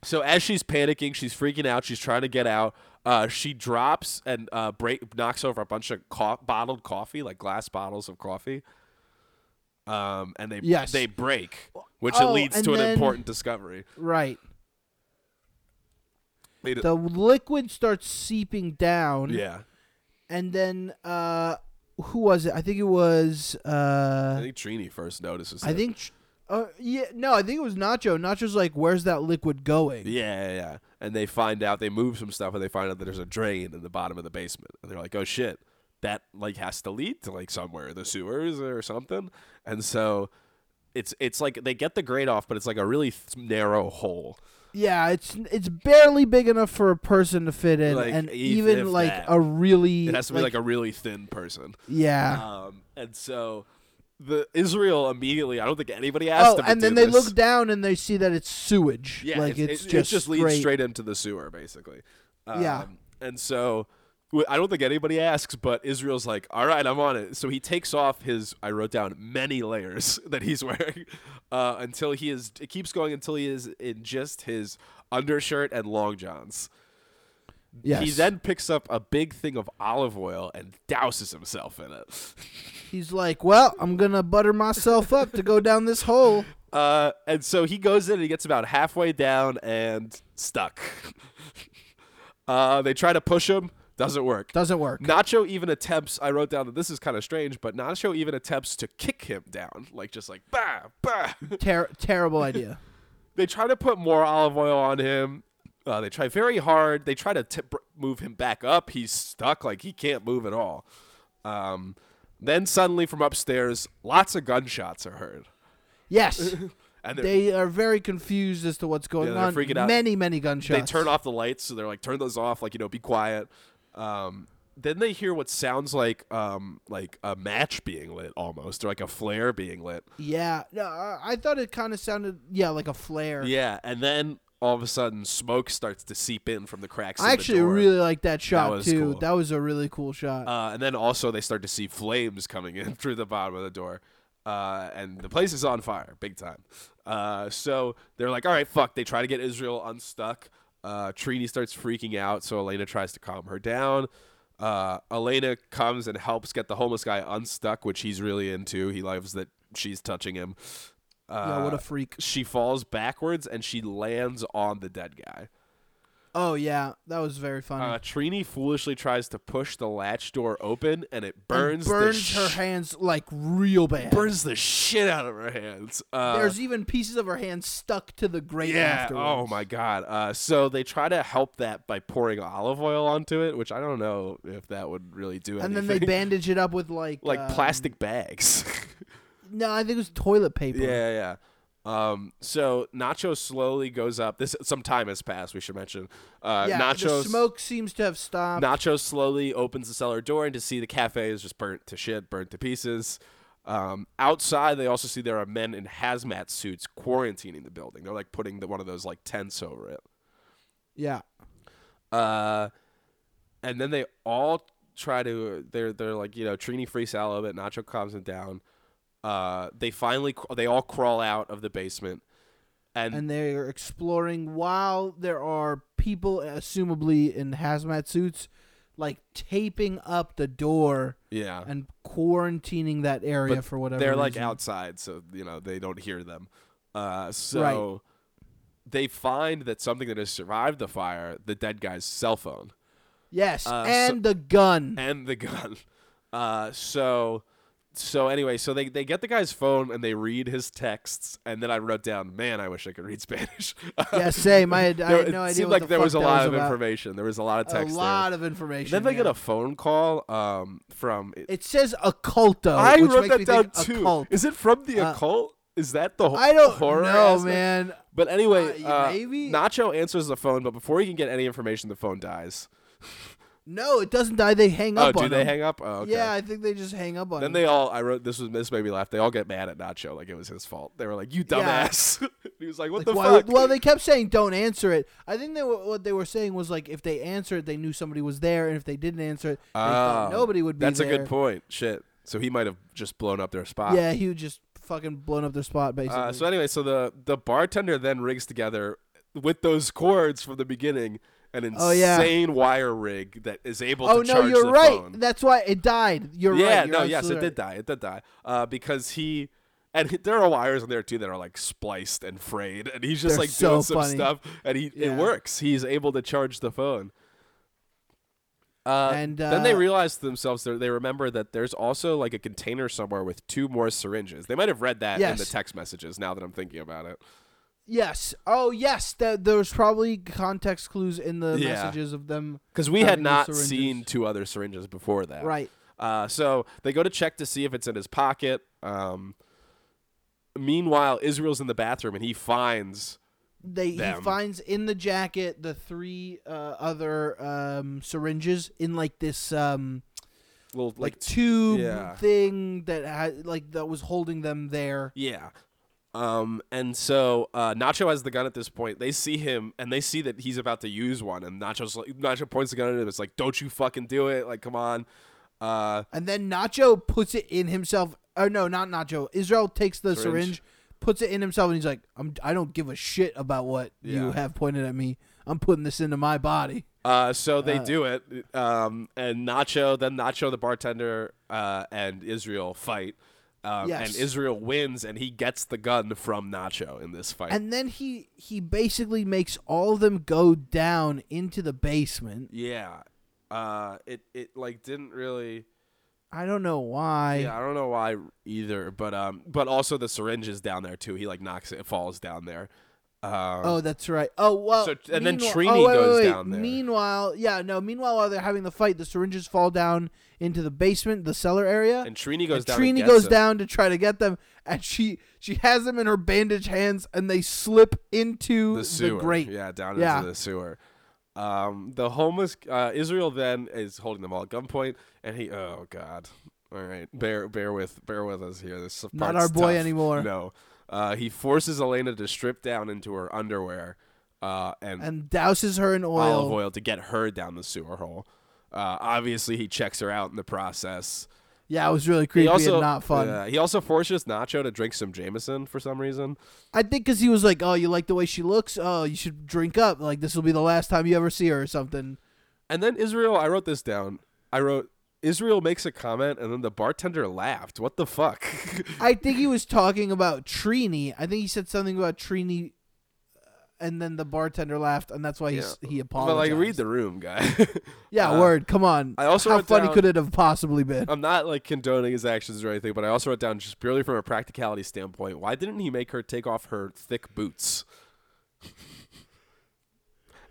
[SPEAKER 3] So as she's panicking, she's freaking out. She's trying to get out. Uh, she drops and uh, break knocks over a bunch of co- bottled coffee, like glass bottles of coffee. Um, and they
[SPEAKER 4] Yes.
[SPEAKER 3] they break, which
[SPEAKER 4] Oh,
[SPEAKER 3] it leads
[SPEAKER 4] and
[SPEAKER 3] to an
[SPEAKER 4] then-
[SPEAKER 3] important discovery.
[SPEAKER 4] Right.
[SPEAKER 3] They d-
[SPEAKER 4] The liquid starts seeping down.
[SPEAKER 3] yeah,
[SPEAKER 4] And then uh who was it? I think it was uh
[SPEAKER 3] I think Trini first notices.
[SPEAKER 4] I
[SPEAKER 3] it.
[SPEAKER 4] think tr- uh, yeah, no, I think it was Nacho. Nacho's like, "Where's that liquid going?"
[SPEAKER 3] Yeah, yeah, yeah. And they find out they move some stuff, and they find out that there's a drain in the bottom of the basement, and they're like, "Oh shit, that like has to lead to like somewhere the sewers or something." And so it's it's like they get the grate off, but it's like a really th- narrow hole.
[SPEAKER 4] Yeah, it's it's barely big enough for a person to fit in,
[SPEAKER 3] Like,
[SPEAKER 4] and
[SPEAKER 3] if-
[SPEAKER 4] even
[SPEAKER 3] if
[SPEAKER 4] like
[SPEAKER 3] that.
[SPEAKER 4] a really
[SPEAKER 3] It has to be like, a really thin person.
[SPEAKER 4] yeah.
[SPEAKER 3] Um, and so the Israel immediately, I don't think anybody asked
[SPEAKER 4] Oh,
[SPEAKER 3] them. Uh, to
[SPEAKER 4] and then
[SPEAKER 3] do
[SPEAKER 4] they
[SPEAKER 3] this.
[SPEAKER 4] look down and they see that it's sewage.
[SPEAKER 3] Yeah,
[SPEAKER 4] like
[SPEAKER 3] it-
[SPEAKER 4] it's,
[SPEAKER 3] it,
[SPEAKER 4] just
[SPEAKER 3] it just leads straight into the sewer, basically. Um,
[SPEAKER 4] Yeah.
[SPEAKER 3] And so w- I don't think anybody asks, but Israel's like, all right, I'm on it. So he takes off his, I wrote down many layers that he's wearing uh, until he is, it keeps going until he is in just his undershirt and long johns.
[SPEAKER 4] Yes.
[SPEAKER 3] He then picks up a big thing of olive oil and douses himself in it.
[SPEAKER 4] He's like, "Well, I'm gonna butter myself up to go down this hole."
[SPEAKER 3] Uh, and so he goes in and he gets about halfway down and stuck. uh, they try to push him, doesn't work.
[SPEAKER 4] Doesn't work.
[SPEAKER 3] Nacho even attempts. I wrote down that this is kind of strange, but Nacho even attempts to kick him down, like just like bah bah.
[SPEAKER 4] Ter- terrible idea.
[SPEAKER 3] they try to put more olive oil on him. Uh, they try very hard. They try to tip, move him back up. He's stuck, like he can't move at all. Um, then suddenly, from upstairs, lots of gunshots are heard,
[SPEAKER 4] Yes.
[SPEAKER 3] and they're-
[SPEAKER 4] They are very confused as to what's going
[SPEAKER 3] Yeah, they're
[SPEAKER 4] on.
[SPEAKER 3] freaking out.
[SPEAKER 4] Many, many
[SPEAKER 3] they
[SPEAKER 4] gunshots.
[SPEAKER 3] turn off the lights, so they're like, turn those off, like you know, be quiet. Um, then they hear what sounds like um, like a match being lit, almost, or like a flare being lit.
[SPEAKER 4] Yeah, no, I I thought it kind of sounded yeah like a flare.
[SPEAKER 3] Yeah, and then all of a sudden, smoke starts to seep in from the cracks. in
[SPEAKER 4] I
[SPEAKER 3] the
[SPEAKER 4] actually
[SPEAKER 3] door.
[SPEAKER 4] really like that shot
[SPEAKER 3] was
[SPEAKER 4] too.
[SPEAKER 3] cool.
[SPEAKER 4] That was a really cool shot.
[SPEAKER 3] Uh, and then also, they start to see flames coming in through the bottom of the door. Uh, and the place is on fire, big time. Uh, so they're like, all right, fuck. They try to get Israel unstuck. Uh, Trini starts freaking out, so Elena tries to calm her down. Uh, Elena comes and helps get the homeless guy unstuck, which he's really into. He loves that she's touching him. Uh,
[SPEAKER 4] yeah, what a freak.
[SPEAKER 3] she falls backwards and she lands on the dead guy.
[SPEAKER 4] Oh yeah, that was very funny.
[SPEAKER 3] Uh, Trini foolishly tries to push the latch door open, and it
[SPEAKER 4] And
[SPEAKER 3] burns the
[SPEAKER 4] burns
[SPEAKER 3] sh-
[SPEAKER 4] her hands like real bad.
[SPEAKER 3] burns the shit out of her hands. Uh,
[SPEAKER 4] There's even pieces of her hands stuck to the grate.
[SPEAKER 3] yeah.
[SPEAKER 4] Afterwards.
[SPEAKER 3] Oh my god. Uh, so they try to help that by pouring olive oil onto it, which I don't know if that would really do
[SPEAKER 4] And
[SPEAKER 3] anything.
[SPEAKER 4] then they bandage it up with like
[SPEAKER 3] like
[SPEAKER 4] um,
[SPEAKER 3] plastic bags.
[SPEAKER 4] No, I think it was toilet paper.
[SPEAKER 3] yeah, yeah. Um, so Nacho slowly goes up. This some time has passed. We should mention. Uh,
[SPEAKER 4] yeah.
[SPEAKER 3] Nacho
[SPEAKER 4] the smoke seems to have stopped.
[SPEAKER 3] Nacho slowly opens the cellar door and to see the cafe is just burnt to shit, burnt to pieces. Um, outside, they also see there are men in hazmat suits quarantining the building. They're like putting the, one of those like tents over it.
[SPEAKER 4] yeah.
[SPEAKER 3] Uh, and then they all try to. They're they're like you know Trini freaks out a little bit. Nacho calms them down. Uh, they finally cr- they all crawl out of the basement, and,
[SPEAKER 4] and they're exploring while there are people assumably in hazmat suits like taping up the door
[SPEAKER 3] yeah,
[SPEAKER 4] and quarantining that area for whatever
[SPEAKER 3] Uh-huh. they're like
[SPEAKER 4] reason.
[SPEAKER 3] outside so you know they don't hear them uh, so they find that something that has survived the fire the dead guy's cell phone
[SPEAKER 4] yes
[SPEAKER 3] uh, so-
[SPEAKER 4] and the gun
[SPEAKER 3] and the gun uh, so so anyway so they, they get the guy's phone and they read his texts and then i wrote down man i wish i could read spanish
[SPEAKER 4] yeah same i had, I
[SPEAKER 3] There-
[SPEAKER 4] had no
[SPEAKER 3] it
[SPEAKER 4] idea
[SPEAKER 3] seemed
[SPEAKER 4] what
[SPEAKER 3] like
[SPEAKER 4] the
[SPEAKER 3] there
[SPEAKER 4] fuck
[SPEAKER 3] was a
[SPEAKER 4] that
[SPEAKER 3] lot of
[SPEAKER 4] about.
[SPEAKER 3] information there was a lot of text
[SPEAKER 4] a
[SPEAKER 3] there.
[SPEAKER 4] lot of information
[SPEAKER 3] then they get
[SPEAKER 4] yeah.
[SPEAKER 3] a phone call um, from
[SPEAKER 4] it says occulto
[SPEAKER 3] i
[SPEAKER 4] Oh, which
[SPEAKER 3] wrote
[SPEAKER 4] makes me
[SPEAKER 3] that down
[SPEAKER 4] think
[SPEAKER 3] too
[SPEAKER 4] occult.
[SPEAKER 3] is it from the
[SPEAKER 4] Uh,
[SPEAKER 3] occult is that the whole
[SPEAKER 4] i don't
[SPEAKER 3] horror
[SPEAKER 4] know
[SPEAKER 3] aspect?
[SPEAKER 4] man
[SPEAKER 3] But anyway,
[SPEAKER 4] Uh,
[SPEAKER 3] uh,
[SPEAKER 4] maybe?
[SPEAKER 3] Nacho answers the phone, but before he can get any information, the phone dies.
[SPEAKER 4] no it doesn't die they hang
[SPEAKER 3] Oh,
[SPEAKER 4] up
[SPEAKER 3] do
[SPEAKER 4] on
[SPEAKER 3] they
[SPEAKER 4] him.
[SPEAKER 3] hang up? Oh, okay.
[SPEAKER 4] yeah i think they just hang up on
[SPEAKER 3] Then
[SPEAKER 4] him.
[SPEAKER 3] they all, I wrote this was this made me laugh. They all get mad at Nacho, like it was his fault. They were like, "You
[SPEAKER 4] Yeah.
[SPEAKER 3] dumbass." he was like, "What
[SPEAKER 4] Like,
[SPEAKER 3] the
[SPEAKER 4] why
[SPEAKER 3] fuck?"
[SPEAKER 4] would- well, they kept saying don't answer it. I think they were, what they were saying was like if they answered, it, they knew somebody was there, and if they didn't answer it, they thought
[SPEAKER 3] Oh,
[SPEAKER 4] nobody would be
[SPEAKER 3] That's
[SPEAKER 4] there.
[SPEAKER 3] a good point. Shit. So he might have just blown up their spot.
[SPEAKER 4] Yeah, he would just fucking blown up their spot basically.
[SPEAKER 3] Uh, so anyway, so the the bartender then rigs together with those cords from the beginning an insane
[SPEAKER 4] Oh, yeah.
[SPEAKER 3] wire rig that is able
[SPEAKER 4] oh
[SPEAKER 3] to
[SPEAKER 4] no,
[SPEAKER 3] charge
[SPEAKER 4] you're
[SPEAKER 3] the
[SPEAKER 4] right.
[SPEAKER 3] phone.
[SPEAKER 4] That's why it died. You're
[SPEAKER 3] yeah,
[SPEAKER 4] right. You're
[SPEAKER 3] no, yes, it
[SPEAKER 4] absolutely
[SPEAKER 3] did
[SPEAKER 4] right.
[SPEAKER 3] die. It did die uh, because he and he- there are wires in there too that are like spliced and frayed, and he's just
[SPEAKER 4] They're
[SPEAKER 3] like doing
[SPEAKER 4] so
[SPEAKER 3] some
[SPEAKER 4] funny.
[SPEAKER 3] stuff, and he
[SPEAKER 4] Yeah.
[SPEAKER 3] it works. He's able to charge the phone. Uh,
[SPEAKER 4] And,
[SPEAKER 3] then they
[SPEAKER 4] uh,
[SPEAKER 3] realize to themselves they they remember that there's also like a container somewhere with two more syringes. They might have read that in the
[SPEAKER 4] Yes.
[SPEAKER 3] text messages. Now that I'm thinking about it,
[SPEAKER 4] Yes. Oh yes. That there was probably context clues in the
[SPEAKER 3] Yeah.
[SPEAKER 4] messages of them.
[SPEAKER 3] because we had
[SPEAKER 4] having those
[SPEAKER 3] not
[SPEAKER 4] syringes.
[SPEAKER 3] seen two other syringes before that.
[SPEAKER 4] Right.
[SPEAKER 3] Uh, so they go to check to see if it's in his pocket. Um, meanwhile, Israel's in the bathroom and he finds.
[SPEAKER 4] They he
[SPEAKER 3] Them.
[SPEAKER 4] finds in the jacket the three uh, other um, syringes in like this um,
[SPEAKER 3] little
[SPEAKER 4] like,
[SPEAKER 3] like, two
[SPEAKER 4] tube
[SPEAKER 3] yeah.
[SPEAKER 4] thing that had like that was holding them there.
[SPEAKER 3] yeah um and so uh nacho has the gun at this point they see him and they see that he's about to use one and nacho's like nacho points the gun at him it's like don't you fucking do it like come on uh
[SPEAKER 4] And then Nacho puts it in himself. Or no, not Nacho. Israel takes the syringe,
[SPEAKER 3] Syringe.
[SPEAKER 4] puts it in himself, and he's like, I'm, "I don't give a shit about what you
[SPEAKER 3] Yeah.
[SPEAKER 4] have pointed at me. I'm putting this into my body."
[SPEAKER 3] uh so they
[SPEAKER 4] Ah.
[SPEAKER 3] do it um and nacho then nacho the bartender uh and israel fight um,
[SPEAKER 4] Yes.
[SPEAKER 3] and israel wins and he gets the gun from nacho in this fight
[SPEAKER 4] And then he he basically makes all of them go down into the basement.
[SPEAKER 3] yeah uh it it like didn't really
[SPEAKER 4] I don't know why.
[SPEAKER 3] Yeah, I don't know why either, but um, but also the syringe is down there too. He like knocks it, it falls down there. Um,
[SPEAKER 4] Oh, that's right. Oh well.
[SPEAKER 3] So- and then
[SPEAKER 4] meanwhile-
[SPEAKER 3] Trini
[SPEAKER 4] oh, wait, wait,
[SPEAKER 3] goes
[SPEAKER 4] wait.
[SPEAKER 3] down there.
[SPEAKER 4] Meanwhile, yeah, no. Meanwhile, while they're having the fight, the syringes fall down into the basement, the cellar area,
[SPEAKER 3] and Trini goes down. and
[SPEAKER 4] Trini
[SPEAKER 3] gets
[SPEAKER 4] goes
[SPEAKER 3] it.
[SPEAKER 4] down to try to get them, and she she has them in her bandaged hands, and they slip into
[SPEAKER 3] the sewer.
[SPEAKER 4] grate.
[SPEAKER 3] Yeah, down
[SPEAKER 4] Yeah.
[SPEAKER 3] into the sewer. Um, the homeless uh, Israel then is holding them all at gunpoint, and he. Oh God! All right, bear bear with bear with us here. This
[SPEAKER 4] Not
[SPEAKER 3] part's
[SPEAKER 4] our boy
[SPEAKER 3] tough.
[SPEAKER 4] anymore.
[SPEAKER 3] No, uh, he forces Elena to strip down into her underwear, uh, and
[SPEAKER 4] And douses her in oil.
[SPEAKER 3] olive oil to get her down the sewer hole. Uh, obviously, he checks her out in the process.
[SPEAKER 4] Yeah, it was really creepy
[SPEAKER 3] he also
[SPEAKER 4] and not fun.
[SPEAKER 3] yeah, he also forces Nacho to drink some Jameson for some reason.
[SPEAKER 4] I think because he was like, "Oh, you like the way she looks? Oh, you should drink up. Like this will be the last time you ever see her or something."
[SPEAKER 3] And then Israel, I wrote this down. I wrote Israel makes a comment, and then the bartender laughed. What the fuck?
[SPEAKER 4] I think he was talking about Trini. I think he said something about Trini, uh, and then the bartender laughed, and that's why he's, he
[SPEAKER 3] but
[SPEAKER 4] apologized.
[SPEAKER 3] like, read the room, guy.
[SPEAKER 4] yeah,
[SPEAKER 3] Uh,
[SPEAKER 4] word. Come on.
[SPEAKER 3] I also
[SPEAKER 4] how
[SPEAKER 3] wrote
[SPEAKER 4] funny
[SPEAKER 3] down-
[SPEAKER 4] could it have possibly been?
[SPEAKER 3] I'm not like condoning his actions or anything, but I also wrote down just purely from a practicality standpoint. Why didn't he make her take off her thick boots?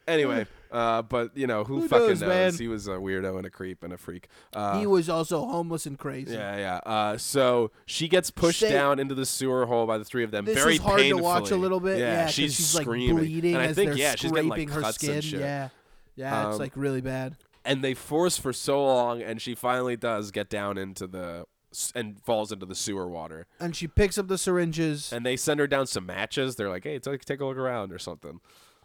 [SPEAKER 3] anyway, uh, but you know who,
[SPEAKER 4] Who
[SPEAKER 3] fucking
[SPEAKER 4] knows,
[SPEAKER 3] knows?
[SPEAKER 4] man?
[SPEAKER 3] He was a weirdo and a creep and a freak. Uh,
[SPEAKER 4] he was also homeless and crazy.
[SPEAKER 3] yeah, yeah. Uh, so she gets pushed
[SPEAKER 4] Say-
[SPEAKER 3] down into the sewer hole by the three of them.
[SPEAKER 4] This
[SPEAKER 3] very
[SPEAKER 4] is hard to watch a
[SPEAKER 3] painfully.
[SPEAKER 4] little bit. Yeah, 'cause
[SPEAKER 3] she's,
[SPEAKER 4] she's
[SPEAKER 3] screaming,
[SPEAKER 4] like bleeding
[SPEAKER 3] and I
[SPEAKER 4] as
[SPEAKER 3] think
[SPEAKER 4] they're
[SPEAKER 3] yeah, she's getting
[SPEAKER 4] scraping
[SPEAKER 3] like
[SPEAKER 4] her
[SPEAKER 3] cuts
[SPEAKER 4] skin.
[SPEAKER 3] and shit.
[SPEAKER 4] Yeah, yeah, it's
[SPEAKER 3] Um,
[SPEAKER 4] like really bad.
[SPEAKER 3] And they force for so long, and she finally does get down into the s- and falls into the sewer water.
[SPEAKER 4] And she picks up the syringes, and,
[SPEAKER 3] and they send her down some matches. They're like, "Hey, take, take a look around" or something.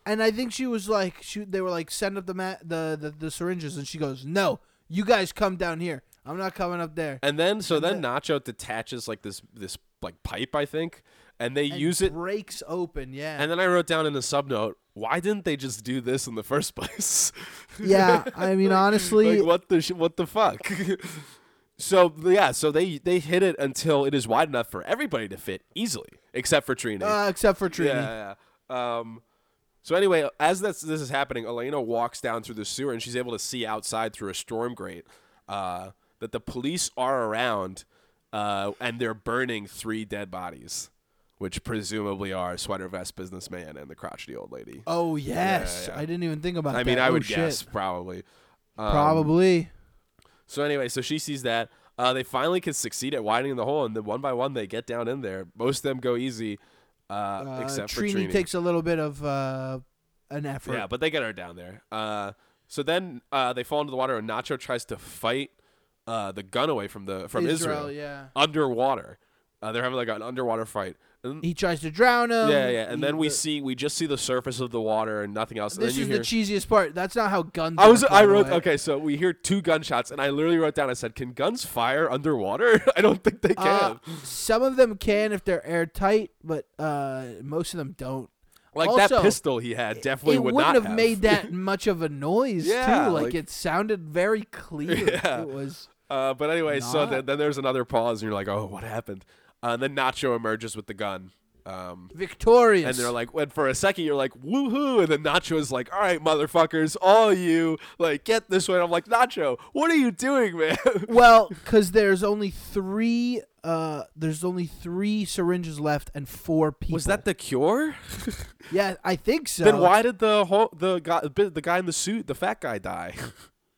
[SPEAKER 4] I think she was like, she they were like, send up the mat, the, the the syringes, and she goes, no, you guys come down here. I'm not coming up there.
[SPEAKER 3] And then, so then Nacho detaches like this this like pipe, I think, and they
[SPEAKER 4] And
[SPEAKER 3] use it.
[SPEAKER 4] breaks open. Yeah,
[SPEAKER 3] And then I wrote down in a subnote, "Why didn't they just do this in the first place?"
[SPEAKER 4] yeah. I mean, honestly,
[SPEAKER 3] like what the sh- what the fuck. so yeah, so they they hit it until it is wide enough for everybody to fit easily, except for Trini.
[SPEAKER 4] uh, except for Trini.
[SPEAKER 3] Yeah, yeah. Um, so anyway, as this this is happening, Elena walks down through the sewer and she's able to see outside through a storm grate uh, that the police are around uh, and they're burning three dead bodies, which presumably are sweater vest businessman and the crotchety old lady.
[SPEAKER 4] Oh yes,
[SPEAKER 3] yeah.
[SPEAKER 4] I didn't even think about
[SPEAKER 3] I
[SPEAKER 4] that.
[SPEAKER 3] mean, I
[SPEAKER 4] Oh,
[SPEAKER 3] would
[SPEAKER 4] shit.
[SPEAKER 3] guess probably. Um,
[SPEAKER 4] probably.
[SPEAKER 3] So anyway, so she sees that. Uh, they finally can succeed at widening the hole, and then one by one they get down in there. Most of them go easy, uh,
[SPEAKER 4] Uh,
[SPEAKER 3] except for
[SPEAKER 4] Trini
[SPEAKER 3] Trini.
[SPEAKER 4] takes a little bit of uh, an effort.
[SPEAKER 3] Yeah, but they get her down there. Uh, so then uh, they fall into the water, and Nacho tries to fight uh, the gun away from the from Israel,
[SPEAKER 4] Israel, yeah.
[SPEAKER 3] underwater. Uh, they're having like an underwater fight, And,
[SPEAKER 4] He tries to drown him.
[SPEAKER 3] yeah, yeah. And
[SPEAKER 4] He-
[SPEAKER 3] then we
[SPEAKER 4] the-
[SPEAKER 3] see we just see the surface of the water and nothing else. And
[SPEAKER 4] This
[SPEAKER 3] then you
[SPEAKER 4] is
[SPEAKER 3] hear,
[SPEAKER 4] the cheesiest part. That's not how guns.
[SPEAKER 3] I
[SPEAKER 4] are
[SPEAKER 3] was I
[SPEAKER 4] thrown
[SPEAKER 3] wrote
[SPEAKER 4] away.
[SPEAKER 3] okay, so we hear two gunshots and I literally wrote down I said, Can guns fire underwater? I don't think they
[SPEAKER 4] Uh,
[SPEAKER 3] can.
[SPEAKER 4] some of them can if they're airtight, but uh, most of them don't.
[SPEAKER 3] like that
[SPEAKER 4] also,
[SPEAKER 3] pistol he had definitely
[SPEAKER 4] it
[SPEAKER 3] would
[SPEAKER 4] wouldn't
[SPEAKER 3] not
[SPEAKER 4] have made that much of a noise
[SPEAKER 3] Yeah,
[SPEAKER 4] too. Like,
[SPEAKER 3] like-
[SPEAKER 4] it sounded very clear.
[SPEAKER 3] Yeah.
[SPEAKER 4] It was
[SPEAKER 3] Uh, but anyway, so
[SPEAKER 4] Not-
[SPEAKER 3] then, then there's another pause, and you're like, "Oh, what happened?" Uh, and then Nacho emerges with the gun, um,
[SPEAKER 4] victorious.
[SPEAKER 3] and they're like, "And for a second, you're like, woohoo!" And then Nacho is like, "All right, motherfuckers, all you like, get this way." And I'm like, "Nacho, what are you doing, man?"
[SPEAKER 4] well, because there's only three. Uh, there's only three syringes left and four people.
[SPEAKER 3] the cure?
[SPEAKER 4] Yeah, I think so.
[SPEAKER 3] then why did the whole, the guy the guy in the suit, the fat guy, die?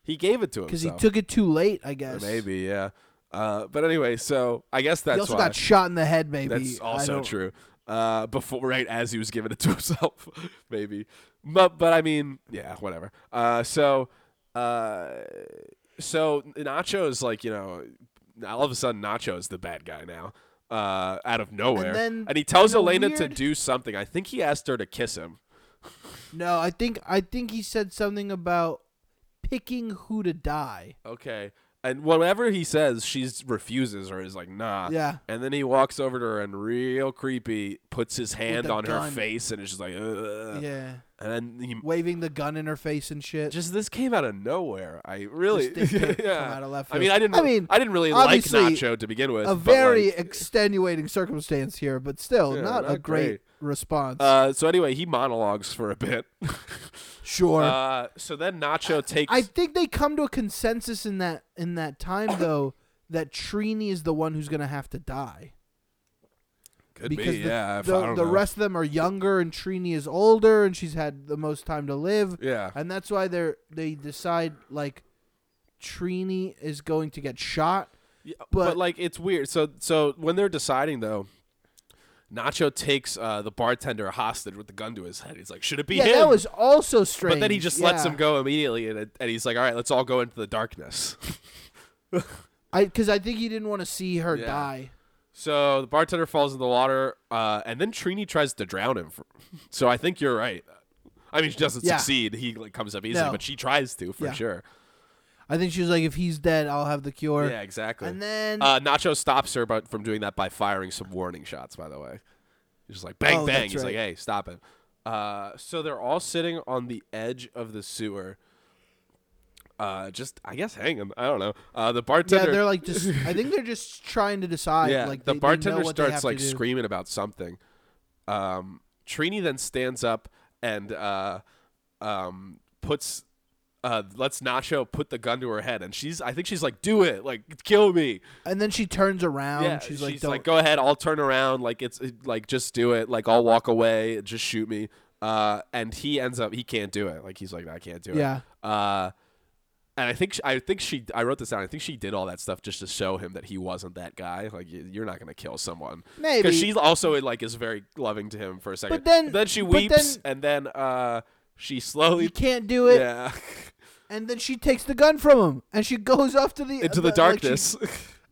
[SPEAKER 3] he gave it to him
[SPEAKER 4] Because he took it too late, I guess.
[SPEAKER 3] maybe, yeah. Uh, but anyway, so I guess that's
[SPEAKER 4] he also
[SPEAKER 3] why.
[SPEAKER 4] got shot in the head. Maybe
[SPEAKER 3] That's
[SPEAKER 4] I
[SPEAKER 3] also
[SPEAKER 4] don't-
[SPEAKER 3] true. Uh, before right as he was giving it to himself, maybe. But but I mean, yeah, whatever. Uh, so uh, so Nacho is like you know, all of a sudden Nacho is the bad guy now. Uh, out of nowhere,
[SPEAKER 4] then
[SPEAKER 3] he tells
[SPEAKER 4] in a
[SPEAKER 3] Elena to
[SPEAKER 4] weird-
[SPEAKER 3] do something. I think he asked her to kiss him.
[SPEAKER 4] No, I think I think he said something about picking who to die.
[SPEAKER 3] Okay, and whatever he says, she refuses or is like, nah.
[SPEAKER 4] Yeah.
[SPEAKER 3] And then he walks over to her and real creepy puts his hand
[SPEAKER 4] the
[SPEAKER 3] on her
[SPEAKER 4] gun.
[SPEAKER 3] face and is just like, Ugh.
[SPEAKER 4] yeah,
[SPEAKER 3] And then he
[SPEAKER 4] waving the gun in her face and shit.
[SPEAKER 3] just this came out of nowhere. I really,
[SPEAKER 4] Just did come
[SPEAKER 3] yeah.
[SPEAKER 4] out of left
[SPEAKER 3] I mean,
[SPEAKER 4] field.
[SPEAKER 3] I didn't.
[SPEAKER 4] I mean,
[SPEAKER 3] I didn't really like
[SPEAKER 4] obviously,
[SPEAKER 3] Nacho to begin with.
[SPEAKER 4] a
[SPEAKER 3] but,
[SPEAKER 4] very
[SPEAKER 3] like,
[SPEAKER 4] extenuating circumstance here, but still
[SPEAKER 3] Yeah,
[SPEAKER 4] not, a
[SPEAKER 3] not
[SPEAKER 4] great,
[SPEAKER 3] great.
[SPEAKER 4] response.
[SPEAKER 3] uh, so anyway, he monologues for a bit.
[SPEAKER 4] sure.
[SPEAKER 3] uh, so then Nacho takes.
[SPEAKER 4] I think they come to a consensus in that in that time though that Trini is the one who's gonna have to die
[SPEAKER 3] could
[SPEAKER 4] because
[SPEAKER 3] be,
[SPEAKER 4] the
[SPEAKER 3] yeah. if- I
[SPEAKER 4] the,
[SPEAKER 3] don't
[SPEAKER 4] the
[SPEAKER 3] know.
[SPEAKER 4] rest of them are younger and Trini is older and she's had the most time to live.
[SPEAKER 3] Yeah.
[SPEAKER 4] and that's why they're they decide like Trini is going to get shot.
[SPEAKER 3] Yeah, but,
[SPEAKER 4] but-
[SPEAKER 3] like it's weird. So so when they're deciding though, Nacho takes uh, the bartender hostage with the gun to his head. He's like, "Should it be
[SPEAKER 4] yeah,
[SPEAKER 3] him?"
[SPEAKER 4] that was also strange.
[SPEAKER 3] but then he just
[SPEAKER 4] yeah.
[SPEAKER 3] lets him go immediately, and, it, and he's like, "All right, let's all go into the darkness."
[SPEAKER 4] I because I think he didn't want to see her
[SPEAKER 3] Yeah.
[SPEAKER 4] die.
[SPEAKER 3] So the bartender falls in the water, uh, and then Trini tries to drown him. For, so I think you're right. I mean, she doesn't
[SPEAKER 4] Yeah.
[SPEAKER 3] succeed. He like comes up easily,
[SPEAKER 4] No.
[SPEAKER 3] but she tries to for
[SPEAKER 4] Yeah.
[SPEAKER 3] sure.
[SPEAKER 4] I think she was like, if he's dead, I'll have the cure.
[SPEAKER 3] yeah, exactly.
[SPEAKER 4] And then
[SPEAKER 3] uh, Nacho stops her, but from doing that by firing some warning shots. By the way, he's just like bang
[SPEAKER 4] Oh,
[SPEAKER 3] bang.
[SPEAKER 4] that's
[SPEAKER 3] He's like,
[SPEAKER 4] right.
[SPEAKER 3] hey, stop it. Uh, so they're all sitting on the edge of the sewer. Uh, just I guess hanging. I don't know. Uh, the
[SPEAKER 4] yeah,
[SPEAKER 3] bartender.
[SPEAKER 4] they're like just. I think they're just trying to decide.
[SPEAKER 3] Yeah,
[SPEAKER 4] like
[SPEAKER 3] the
[SPEAKER 4] they- they know
[SPEAKER 3] bartender
[SPEAKER 4] what they have
[SPEAKER 3] starts
[SPEAKER 4] to
[SPEAKER 3] like
[SPEAKER 4] do.
[SPEAKER 3] screaming about something. Um, Trini then stands up and uh, um, puts uh, lets Nacho put the gun to her head, and she's I think she's like, "Do it, like kill me."
[SPEAKER 4] and then she turns around.
[SPEAKER 3] yeah,
[SPEAKER 4] Um, she's like,
[SPEAKER 3] she's
[SPEAKER 4] don't.
[SPEAKER 3] like, "Go ahead, I'll turn around. Like it's it- like just do it. Like I'll walk away. Just shoot me." Uh, and he ends up he can't do it. Like he's like, "I can't do
[SPEAKER 4] Yeah.
[SPEAKER 3] it." Yeah. Uh, and I think sh I think she I wrote this down. I think she did all that stuff just to show him that he wasn't that guy. Like y- you're not gonna kill someone.
[SPEAKER 4] Maybe.
[SPEAKER 3] because she also like is very loving to him for a second.
[SPEAKER 4] But then-
[SPEAKER 3] then she
[SPEAKER 4] but
[SPEAKER 3] weeps,
[SPEAKER 4] then-
[SPEAKER 3] and then uh she
[SPEAKER 4] you
[SPEAKER 3] slowly
[SPEAKER 4] can't do it.
[SPEAKER 3] yeah
[SPEAKER 4] And then she takes the gun from him, and she goes off to the
[SPEAKER 3] into the
[SPEAKER 4] like, she-
[SPEAKER 3] darkness.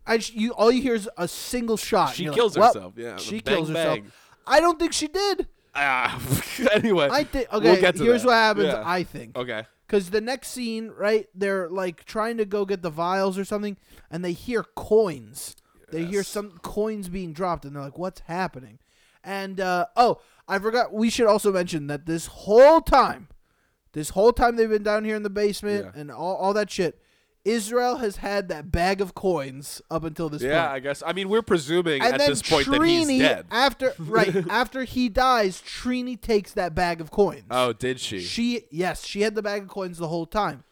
[SPEAKER 4] and she, you all you hear is a single shot. and
[SPEAKER 3] She
[SPEAKER 4] Ah, you're
[SPEAKER 3] kills
[SPEAKER 4] like, "Well,
[SPEAKER 3] herself, yeah, the
[SPEAKER 4] she
[SPEAKER 3] bang,
[SPEAKER 4] kills herself.
[SPEAKER 3] bang.
[SPEAKER 4] I don't think she did.
[SPEAKER 3] Ah, anyway,
[SPEAKER 4] I think.
[SPEAKER 3] we'll
[SPEAKER 4] Okay,
[SPEAKER 3] get to
[SPEAKER 4] here's
[SPEAKER 3] that.
[SPEAKER 4] what happens.
[SPEAKER 3] Yeah.
[SPEAKER 4] I think
[SPEAKER 3] okay.
[SPEAKER 4] because the next scene, right? They're like trying to go get the vials or something, and they hear coins. They hear
[SPEAKER 3] Yes.
[SPEAKER 4] some coins being dropped, and they're like, "What's happening?" And uh, oh, I forgot. We should also mention that this whole time, this whole time they've been down here in the basement
[SPEAKER 3] Yeah.
[SPEAKER 4] and all, all that shit, Israel has had that bag of coins up until this
[SPEAKER 3] Yeah,
[SPEAKER 4] point.
[SPEAKER 3] I guess. I mean, we're presuming
[SPEAKER 4] and
[SPEAKER 3] at
[SPEAKER 4] then
[SPEAKER 3] this point
[SPEAKER 4] Trini,
[SPEAKER 3] that he's dead.
[SPEAKER 4] after right after he dies, Trini takes that bag of coins.
[SPEAKER 3] oh, did she?
[SPEAKER 4] She yes, she had the bag of coins the whole time.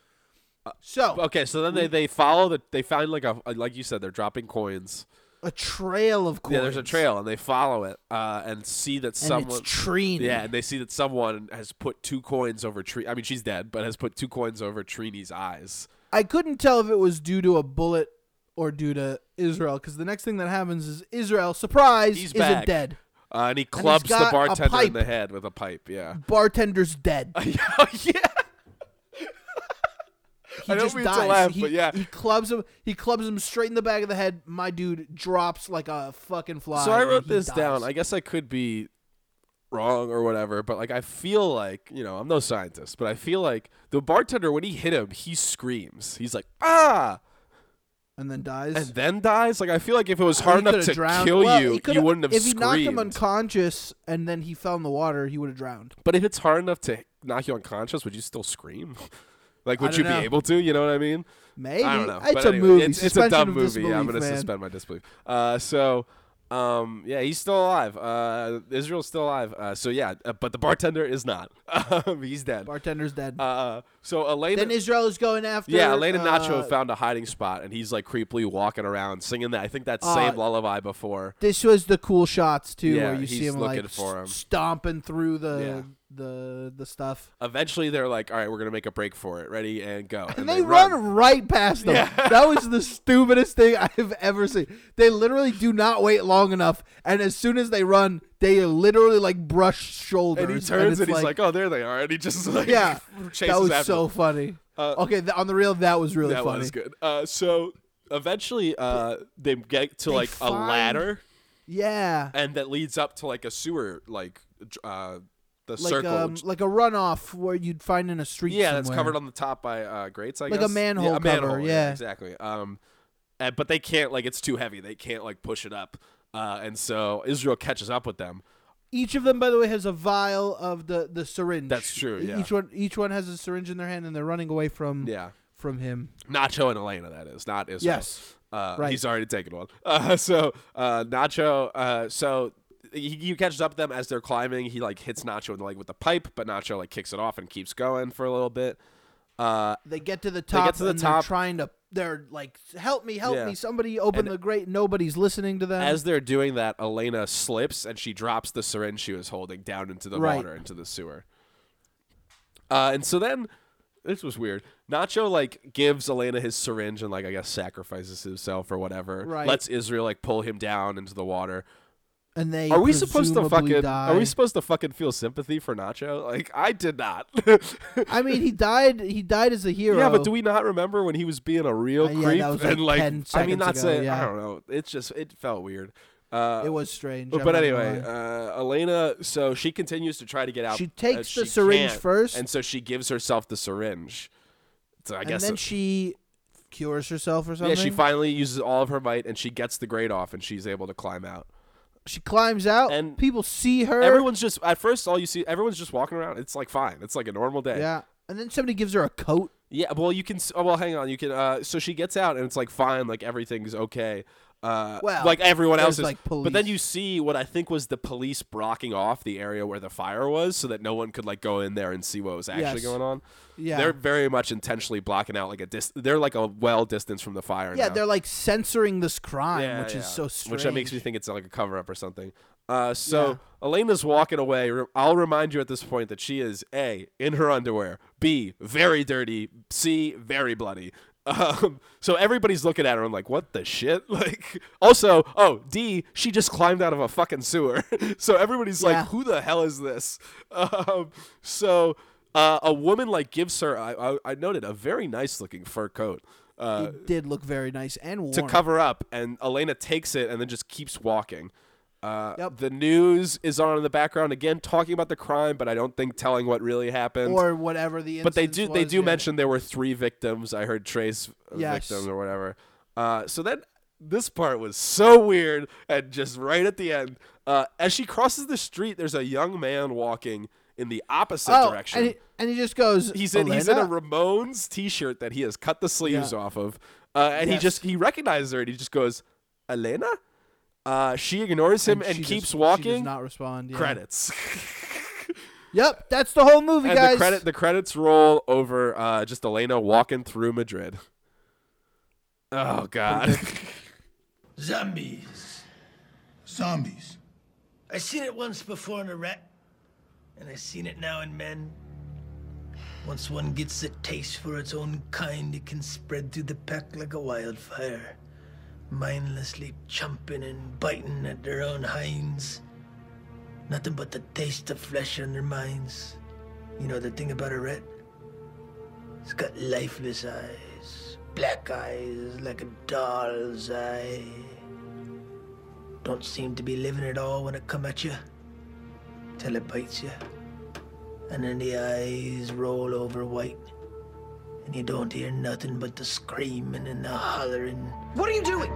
[SPEAKER 3] Uh,
[SPEAKER 4] So
[SPEAKER 3] okay, so then they, they follow the they find like a like you said they're dropping coins.
[SPEAKER 4] a trail of coins.
[SPEAKER 3] Yeah, there's a trail and they follow it uh, and see that
[SPEAKER 4] and
[SPEAKER 3] someone
[SPEAKER 4] it's Trini.
[SPEAKER 3] yeah and they see that someone has put two coins over Trini. I mean, she's dead, but has put two coins over Trini's eyes.
[SPEAKER 4] I couldn't tell if it was due to a bullet or due to Israel because the next thing that happens is Israel surprise
[SPEAKER 3] He's
[SPEAKER 4] isn't
[SPEAKER 3] back.
[SPEAKER 4] dead.
[SPEAKER 3] Uh, and he clubs the
[SPEAKER 4] got a
[SPEAKER 3] bartender in the
[SPEAKER 4] pipe. Mm.
[SPEAKER 3] head with a pipe. Yeah.
[SPEAKER 4] Bartender's dead.
[SPEAKER 3] yeah.
[SPEAKER 4] he
[SPEAKER 3] I don't
[SPEAKER 4] just
[SPEAKER 3] mean to
[SPEAKER 4] dies.
[SPEAKER 3] laugh,
[SPEAKER 4] he,
[SPEAKER 3] but yeah.
[SPEAKER 4] he clubs him. He clubs him straight in the back of the head. My dude drops like a fucking fly.
[SPEAKER 3] So I
[SPEAKER 4] and
[SPEAKER 3] wrote
[SPEAKER 4] he
[SPEAKER 3] this
[SPEAKER 4] dies.
[SPEAKER 3] down. I guess I could be wrong or whatever, but like I feel like, you know, I'm no scientist, but I feel like the bartender when he hit him, he screams. He's like, "Ah!"
[SPEAKER 4] and then dies.
[SPEAKER 3] and then dies. Like I feel like if it was
[SPEAKER 4] Or he
[SPEAKER 3] hard enough
[SPEAKER 4] could've
[SPEAKER 3] to
[SPEAKER 4] drowned.
[SPEAKER 3] kill
[SPEAKER 4] Well, he
[SPEAKER 3] you, you
[SPEAKER 4] could've-
[SPEAKER 3] wouldn't have
[SPEAKER 4] If he
[SPEAKER 3] screamed.
[SPEAKER 4] knocked him unconscious and then he fell in the water, he would have drowned.
[SPEAKER 3] but if it's hard enough to knock you unconscious, would you still scream? like
[SPEAKER 4] I
[SPEAKER 3] would
[SPEAKER 4] don't
[SPEAKER 3] you
[SPEAKER 4] know.
[SPEAKER 3] be able to, you know what I mean?
[SPEAKER 4] Maybe
[SPEAKER 3] I don't know.
[SPEAKER 4] it's
[SPEAKER 3] but
[SPEAKER 4] a
[SPEAKER 3] anyway,
[SPEAKER 4] movie.
[SPEAKER 3] It's, it's a
[SPEAKER 4] Suspension
[SPEAKER 3] dumb
[SPEAKER 4] of
[SPEAKER 3] movie. I'm
[SPEAKER 4] disbelief,
[SPEAKER 3] going to
[SPEAKER 4] man.
[SPEAKER 3] suspend my disbelief. Uh, so, um, yeah, he's still alive. Uh, Israel's still alive. Uh, so yeah, uh, but the bartender is not. Um, he's dead.
[SPEAKER 4] Bartender's dead.
[SPEAKER 3] Uh, so Elena.
[SPEAKER 4] then Israel is going after.
[SPEAKER 3] yeah, Elena
[SPEAKER 4] uh,
[SPEAKER 3] Nacho found a hiding spot, and he's like creepily walking around singing that. I think that
[SPEAKER 4] Uh,
[SPEAKER 3] same lullaby before.
[SPEAKER 4] This was the cool shots too,
[SPEAKER 3] Yeah,
[SPEAKER 4] where you see
[SPEAKER 3] he's
[SPEAKER 4] him
[SPEAKER 3] looking
[SPEAKER 4] like
[SPEAKER 3] for
[SPEAKER 4] s-
[SPEAKER 3] him.
[SPEAKER 4] stomping through the
[SPEAKER 3] Yeah.
[SPEAKER 4] the the stuff,
[SPEAKER 3] Eventually, they're like, "All right, we're gonna make a break for it. Ready and go!"
[SPEAKER 4] and, they, run. right past them.
[SPEAKER 3] Yeah.
[SPEAKER 4] That was the stupidest thing I've ever seen. They literally do not wait long enough, and as soon as they run, they literally like brush shoulders.
[SPEAKER 3] And he turns
[SPEAKER 4] it's
[SPEAKER 3] and, he's like, "Oh, there they are!" And he just like
[SPEAKER 4] "Yeah,
[SPEAKER 3] chases
[SPEAKER 4] that was
[SPEAKER 3] after them.
[SPEAKER 4] so funny."
[SPEAKER 3] Uh,
[SPEAKER 4] okay, th- on the real, that was really
[SPEAKER 3] that
[SPEAKER 4] funny.
[SPEAKER 3] was good. Uh, so eventually, uh, they get to
[SPEAKER 4] They
[SPEAKER 3] like a
[SPEAKER 4] find-
[SPEAKER 3] ladder,
[SPEAKER 4] Yeah,
[SPEAKER 3] and that leads up to like a sewer, like dr- uh, the
[SPEAKER 4] like
[SPEAKER 3] circle.
[SPEAKER 4] um,
[SPEAKER 3] which-
[SPEAKER 4] like a runoff where you'd find in a street.
[SPEAKER 3] yeah, that's
[SPEAKER 4] somewhere.
[SPEAKER 3] covered on the top by uh, grates. I
[SPEAKER 4] Like a
[SPEAKER 3] guess
[SPEAKER 4] manhole
[SPEAKER 3] yeah, a manhole,
[SPEAKER 4] cover, yeah.
[SPEAKER 3] exactly. Um, and, but they can't like it's too heavy. They can't like push it up, uh, and so Israel catches up with them.
[SPEAKER 4] Each of them, by the way, has a vial of the the syringe. E-,
[SPEAKER 3] That's true, yeah.
[SPEAKER 4] Each one, each one has a syringe in their hand, and they're running away from
[SPEAKER 3] Yeah,
[SPEAKER 4] from him.
[SPEAKER 3] Nacho and Elena. That is not Israel.
[SPEAKER 4] Yes.
[SPEAKER 3] Uh,
[SPEAKER 4] Right.
[SPEAKER 3] He's already taken one. Uh, so uh, Nacho, uh, so he, he catches up with them as they're climbing. He like hits Nacho in the leg with the pipe, but Nacho like kicks it off and keeps going for a little bit. Uh,
[SPEAKER 4] They get to the top.
[SPEAKER 3] get to the
[SPEAKER 4] and they're
[SPEAKER 3] top.
[SPEAKER 4] trying to. They're like, "Help me! Help
[SPEAKER 3] Yeah.
[SPEAKER 4] me! Somebody open the grate!" Nobody's listening to them.
[SPEAKER 3] as they're doing that, Elena slips and she drops the syringe she was holding down into the
[SPEAKER 4] Right.
[SPEAKER 3] water, into the sewer. Uh, and so then, this was weird. Nacho like gives Elena his syringe and like I guess sacrifices himself or whatever.
[SPEAKER 4] Right.
[SPEAKER 3] Lets Israel like pull him down into the water.
[SPEAKER 4] and they
[SPEAKER 3] Are we supposed to
[SPEAKER 4] presumably
[SPEAKER 3] fucking?
[SPEAKER 4] die.
[SPEAKER 3] Are we supposed to fucking feel sympathy for Nacho? Like I did not.
[SPEAKER 4] I mean, he died. He died as a hero.
[SPEAKER 3] yeah, but do we not remember when he was being a real
[SPEAKER 4] Uh, yeah,
[SPEAKER 3] creep
[SPEAKER 4] that was, like,
[SPEAKER 3] and like?
[SPEAKER 4] 10
[SPEAKER 3] I mean,
[SPEAKER 4] seconds
[SPEAKER 3] not
[SPEAKER 4] ago,
[SPEAKER 3] saying
[SPEAKER 4] yeah.
[SPEAKER 3] I don't know. It's just it felt weird. Uh,
[SPEAKER 4] It was strange.
[SPEAKER 3] but,
[SPEAKER 4] I'm
[SPEAKER 3] but
[SPEAKER 4] not gonna
[SPEAKER 3] anyway,
[SPEAKER 4] lie.
[SPEAKER 3] uh, Elena. So she continues to try to get out.
[SPEAKER 4] She
[SPEAKER 3] as
[SPEAKER 4] takes the
[SPEAKER 3] she
[SPEAKER 4] syringe
[SPEAKER 3] can,
[SPEAKER 4] first.
[SPEAKER 3] and so she gives herself the syringe. So I
[SPEAKER 4] and
[SPEAKER 3] guess
[SPEAKER 4] then
[SPEAKER 3] it-
[SPEAKER 4] she cures herself or
[SPEAKER 3] yeah,
[SPEAKER 4] something.
[SPEAKER 3] she finally uses all of her might and she gets the grate off and she's able to climb out.
[SPEAKER 4] She climbs out.
[SPEAKER 3] And
[SPEAKER 4] people see her.
[SPEAKER 3] Everyone's just at first all you see everyone's just walking around. It's like fine. It's like a normal day.
[SPEAKER 4] yeah, and then somebody gives her a coat.
[SPEAKER 3] Yeah, well, you can. s- Oh, well, hang on. You can. Uh, so she gets out, and it's like fine, like everything's okay. Uh,
[SPEAKER 4] Well,
[SPEAKER 3] like everyone else
[SPEAKER 4] there's,
[SPEAKER 3] is.
[SPEAKER 4] like,
[SPEAKER 3] But then
[SPEAKER 4] police.
[SPEAKER 3] you see what I think was the police blocking off the area where the fire was, so that no one could like go in there and see what was actually
[SPEAKER 4] Yes.
[SPEAKER 3] going on.
[SPEAKER 4] Yeah.
[SPEAKER 3] They're very much intentionally blocking out like a dis. They're like a well distance from the fire.
[SPEAKER 4] Yeah,
[SPEAKER 3] now.
[SPEAKER 4] they're like censoring this crime, which
[SPEAKER 3] yeah.
[SPEAKER 4] is so strange.
[SPEAKER 3] Which that makes me think it's like a cover up or something. Uh, so Elena's walking away. Re- I'll remind you at this point that she is A, in her underwear, B, very dirty, C, very bloody. Um, so everybody's looking at her and like, what the shit? Like, also, oh, D, she just climbed out of a fucking sewer. so everybody's
[SPEAKER 4] Yeah.
[SPEAKER 3] like, who the hell is this? Um, so uh, a woman like gives her, I, I, I noted, a very nice looking fur coat. Uh,
[SPEAKER 4] it did look very nice and warm.
[SPEAKER 3] to cover up, and Elena takes it and then just keeps walking. Uh,
[SPEAKER 4] Yep.
[SPEAKER 3] The news is on in the background again, talking about the crime, but I don't think telling what really happened.
[SPEAKER 4] or whatever the
[SPEAKER 3] but they do
[SPEAKER 4] instance
[SPEAKER 3] they
[SPEAKER 4] was,
[SPEAKER 3] do
[SPEAKER 4] yeah.
[SPEAKER 3] mention there were three victims. I heard Trace uh,
[SPEAKER 4] Yes.
[SPEAKER 3] victims or whatever. Uh, so then this part was so weird, and just right at the end, uh, as she crosses the street, there's a young man walking in the opposite
[SPEAKER 4] oh,
[SPEAKER 3] direction.
[SPEAKER 4] And he, and he just goes.
[SPEAKER 3] He's in he's in a
[SPEAKER 4] "Elena?"
[SPEAKER 3] Ramones t-shirt that he has cut the sleeves
[SPEAKER 4] Yeah.
[SPEAKER 3] off of, uh, and
[SPEAKER 4] Yes.
[SPEAKER 3] he just he recognizes her and he just goes, "Elena." Uh, she ignores him and,
[SPEAKER 4] she
[SPEAKER 3] keeps
[SPEAKER 4] just- She does
[SPEAKER 3] walking.
[SPEAKER 4] not respond. Yeah.
[SPEAKER 3] Credits.
[SPEAKER 4] Yep, that's the whole movie,
[SPEAKER 3] and
[SPEAKER 4] guys.
[SPEAKER 3] the credit the credits roll over uh, just Elena walking through Madrid. Oh God.
[SPEAKER 5] Zombies.
[SPEAKER 6] Zombies.
[SPEAKER 5] I seen it once before in a rat, and I seen it now in men. Once one gets a taste for its own kind, it can spread through the pack like a wildfire, mindlessly chomping and biting at their own hinds. Nothing but the taste of flesh on their minds. You know the thing about a rat? It's got lifeless eyes, black eyes like a doll's eye. Don't seem to be living at all when it come at you, till it bites you. And then the eyes roll over white, and you don't hear nothing but the screaming and the hollering.
[SPEAKER 7] What are you doing?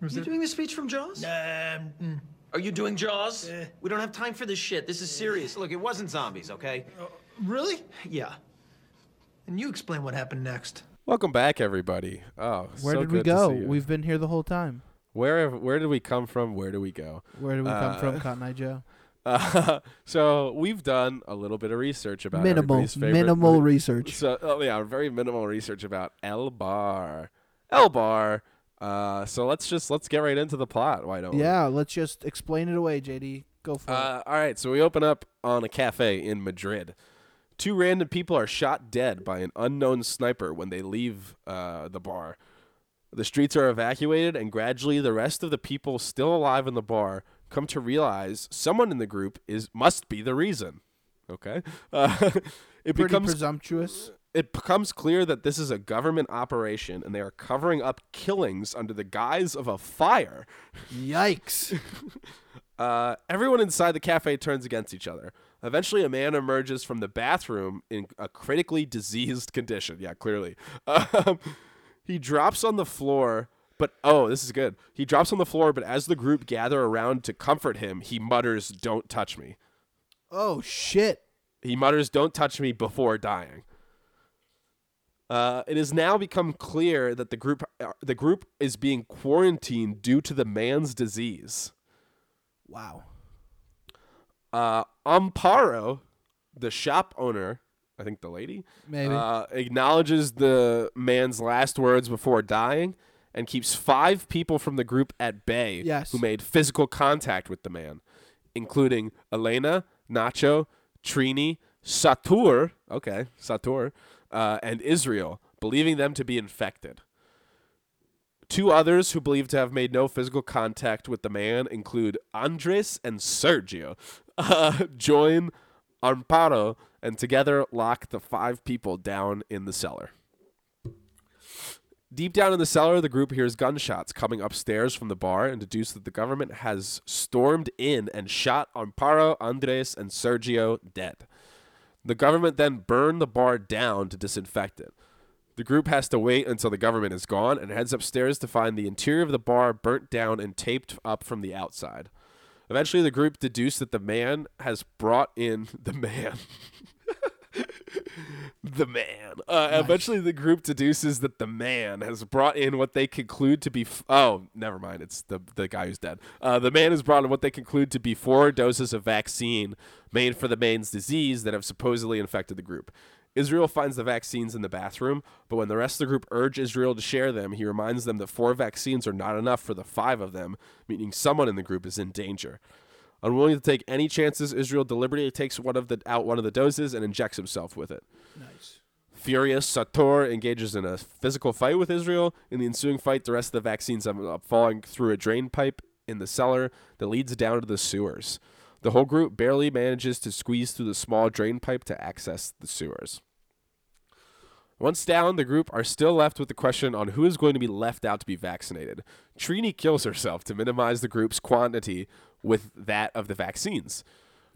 [SPEAKER 8] Was
[SPEAKER 7] You
[SPEAKER 8] it-
[SPEAKER 7] doing the speech from Jaws?
[SPEAKER 5] Um, mm,
[SPEAKER 7] Are you doing Jaws?
[SPEAKER 5] Yeah.
[SPEAKER 7] We don't have time for this shit. This is serious. Look, it wasn't zombies, okay?
[SPEAKER 5] really?
[SPEAKER 7] Yeah.
[SPEAKER 5] And you explain what happened next.
[SPEAKER 3] Welcome back, everybody. Oh,
[SPEAKER 4] Where
[SPEAKER 3] so
[SPEAKER 4] did we
[SPEAKER 3] good to
[SPEAKER 4] go?
[SPEAKER 3] see you.
[SPEAKER 4] We've been here the whole time.
[SPEAKER 3] where have- where did we come from? Where do we go?
[SPEAKER 4] Where did we come
[SPEAKER 3] Uh,
[SPEAKER 4] from, Cotton Eye Joe?
[SPEAKER 3] Uh, so we've done a little bit of research about
[SPEAKER 4] Minimal,
[SPEAKER 3] everybody's favorite
[SPEAKER 4] minimal
[SPEAKER 3] movie.
[SPEAKER 4] research.
[SPEAKER 3] So oh yeah, very minimal research about El Bar. El Bar. Uh, so let's just let's get right into the plot. Why don't we?
[SPEAKER 4] Yeah, let's just explain it away, JD. Go for it.
[SPEAKER 3] Uh, all right, so we open up on a cafe in Madrid. Two random people are shot dead by an unknown sniper when they leave uh, the bar. The streets are evacuated, and gradually the rest of the people still alive in the bar come to realize someone in the group is must be the reason. Okay, uh, it
[SPEAKER 4] Pretty
[SPEAKER 3] becomes
[SPEAKER 4] presumptuous.
[SPEAKER 3] it becomes clear that this is a government operation, and they are covering up killings under the guise of a fire.
[SPEAKER 4] Yikes!
[SPEAKER 3] Uh, everyone inside the cafe turns against each other. Eventually, a man emerges from the bathroom in a critically diseased condition. Yeah, clearly. Um, he drops on the floor, but oh, this is good. He drops on the floor, but as the group gather around to comfort him, he mutters, Don't touch me.
[SPEAKER 4] Oh shit!
[SPEAKER 3] He mutters, Don't touch me before dying. Uh, it has now become clear that the group uh, the group is being quarantined due to the man's disease.
[SPEAKER 4] Wow.
[SPEAKER 3] uh, Amparo, the shop owner, I think the lady,
[SPEAKER 4] Maybe.
[SPEAKER 3] uh, acknowledges the man's last words before dying and keeps five people from the group at bay
[SPEAKER 4] Yes.
[SPEAKER 3] who made physical contact with the man, including Elena, Nacho, Trini, Satur, okay, Satur, uh, and Israel, believing them to be infected. Two others who believe to have made no physical contact with the man include Andres and Sergio. Uh, join Amparo and together lock the five people down in the cellar. Deep down in the cellar, the group hears gunshots coming upstairs from the bar and deduce that the government has stormed in and shot Amparo, Andres, and Sergio dead. The government then burned the bar down to disinfect it. The group has to wait until the government is gone and heads upstairs to find the interior of the bar burnt down and taped up from the outside. Eventually, the group deduce that the man has brought in the man. the man. Uh, Eventually, the group deduces that the man has brought in what they conclude to be. F- oh, never mind. It's the the guy who's dead. Uh, the man has brought in what they conclude to be four doses of vaccine made for the man's disease that have supposedly infected the group. Israel finds the vaccines in the bathroom, but when the rest of the group urge Israel to share them, he reminds them that four vaccines are not enough for the five of them, meaning someone in the group is in danger. Unwilling to take any chances, Israel deliberately takes one of the out one of the doses and injects himself with it. Furious, Sator engages in a physical fight with Israel. In the ensuing fight, the rest of the vaccines end up falling through a drain pipe in the cellar that leads down to the sewers. The whole group barely manages to squeeze through the small drain pipe to access the sewers. Once down, the group are still left with the question on who is going to be left out to be vaccinated. Trini kills herself to minimize the group's quantity with that of the vaccines.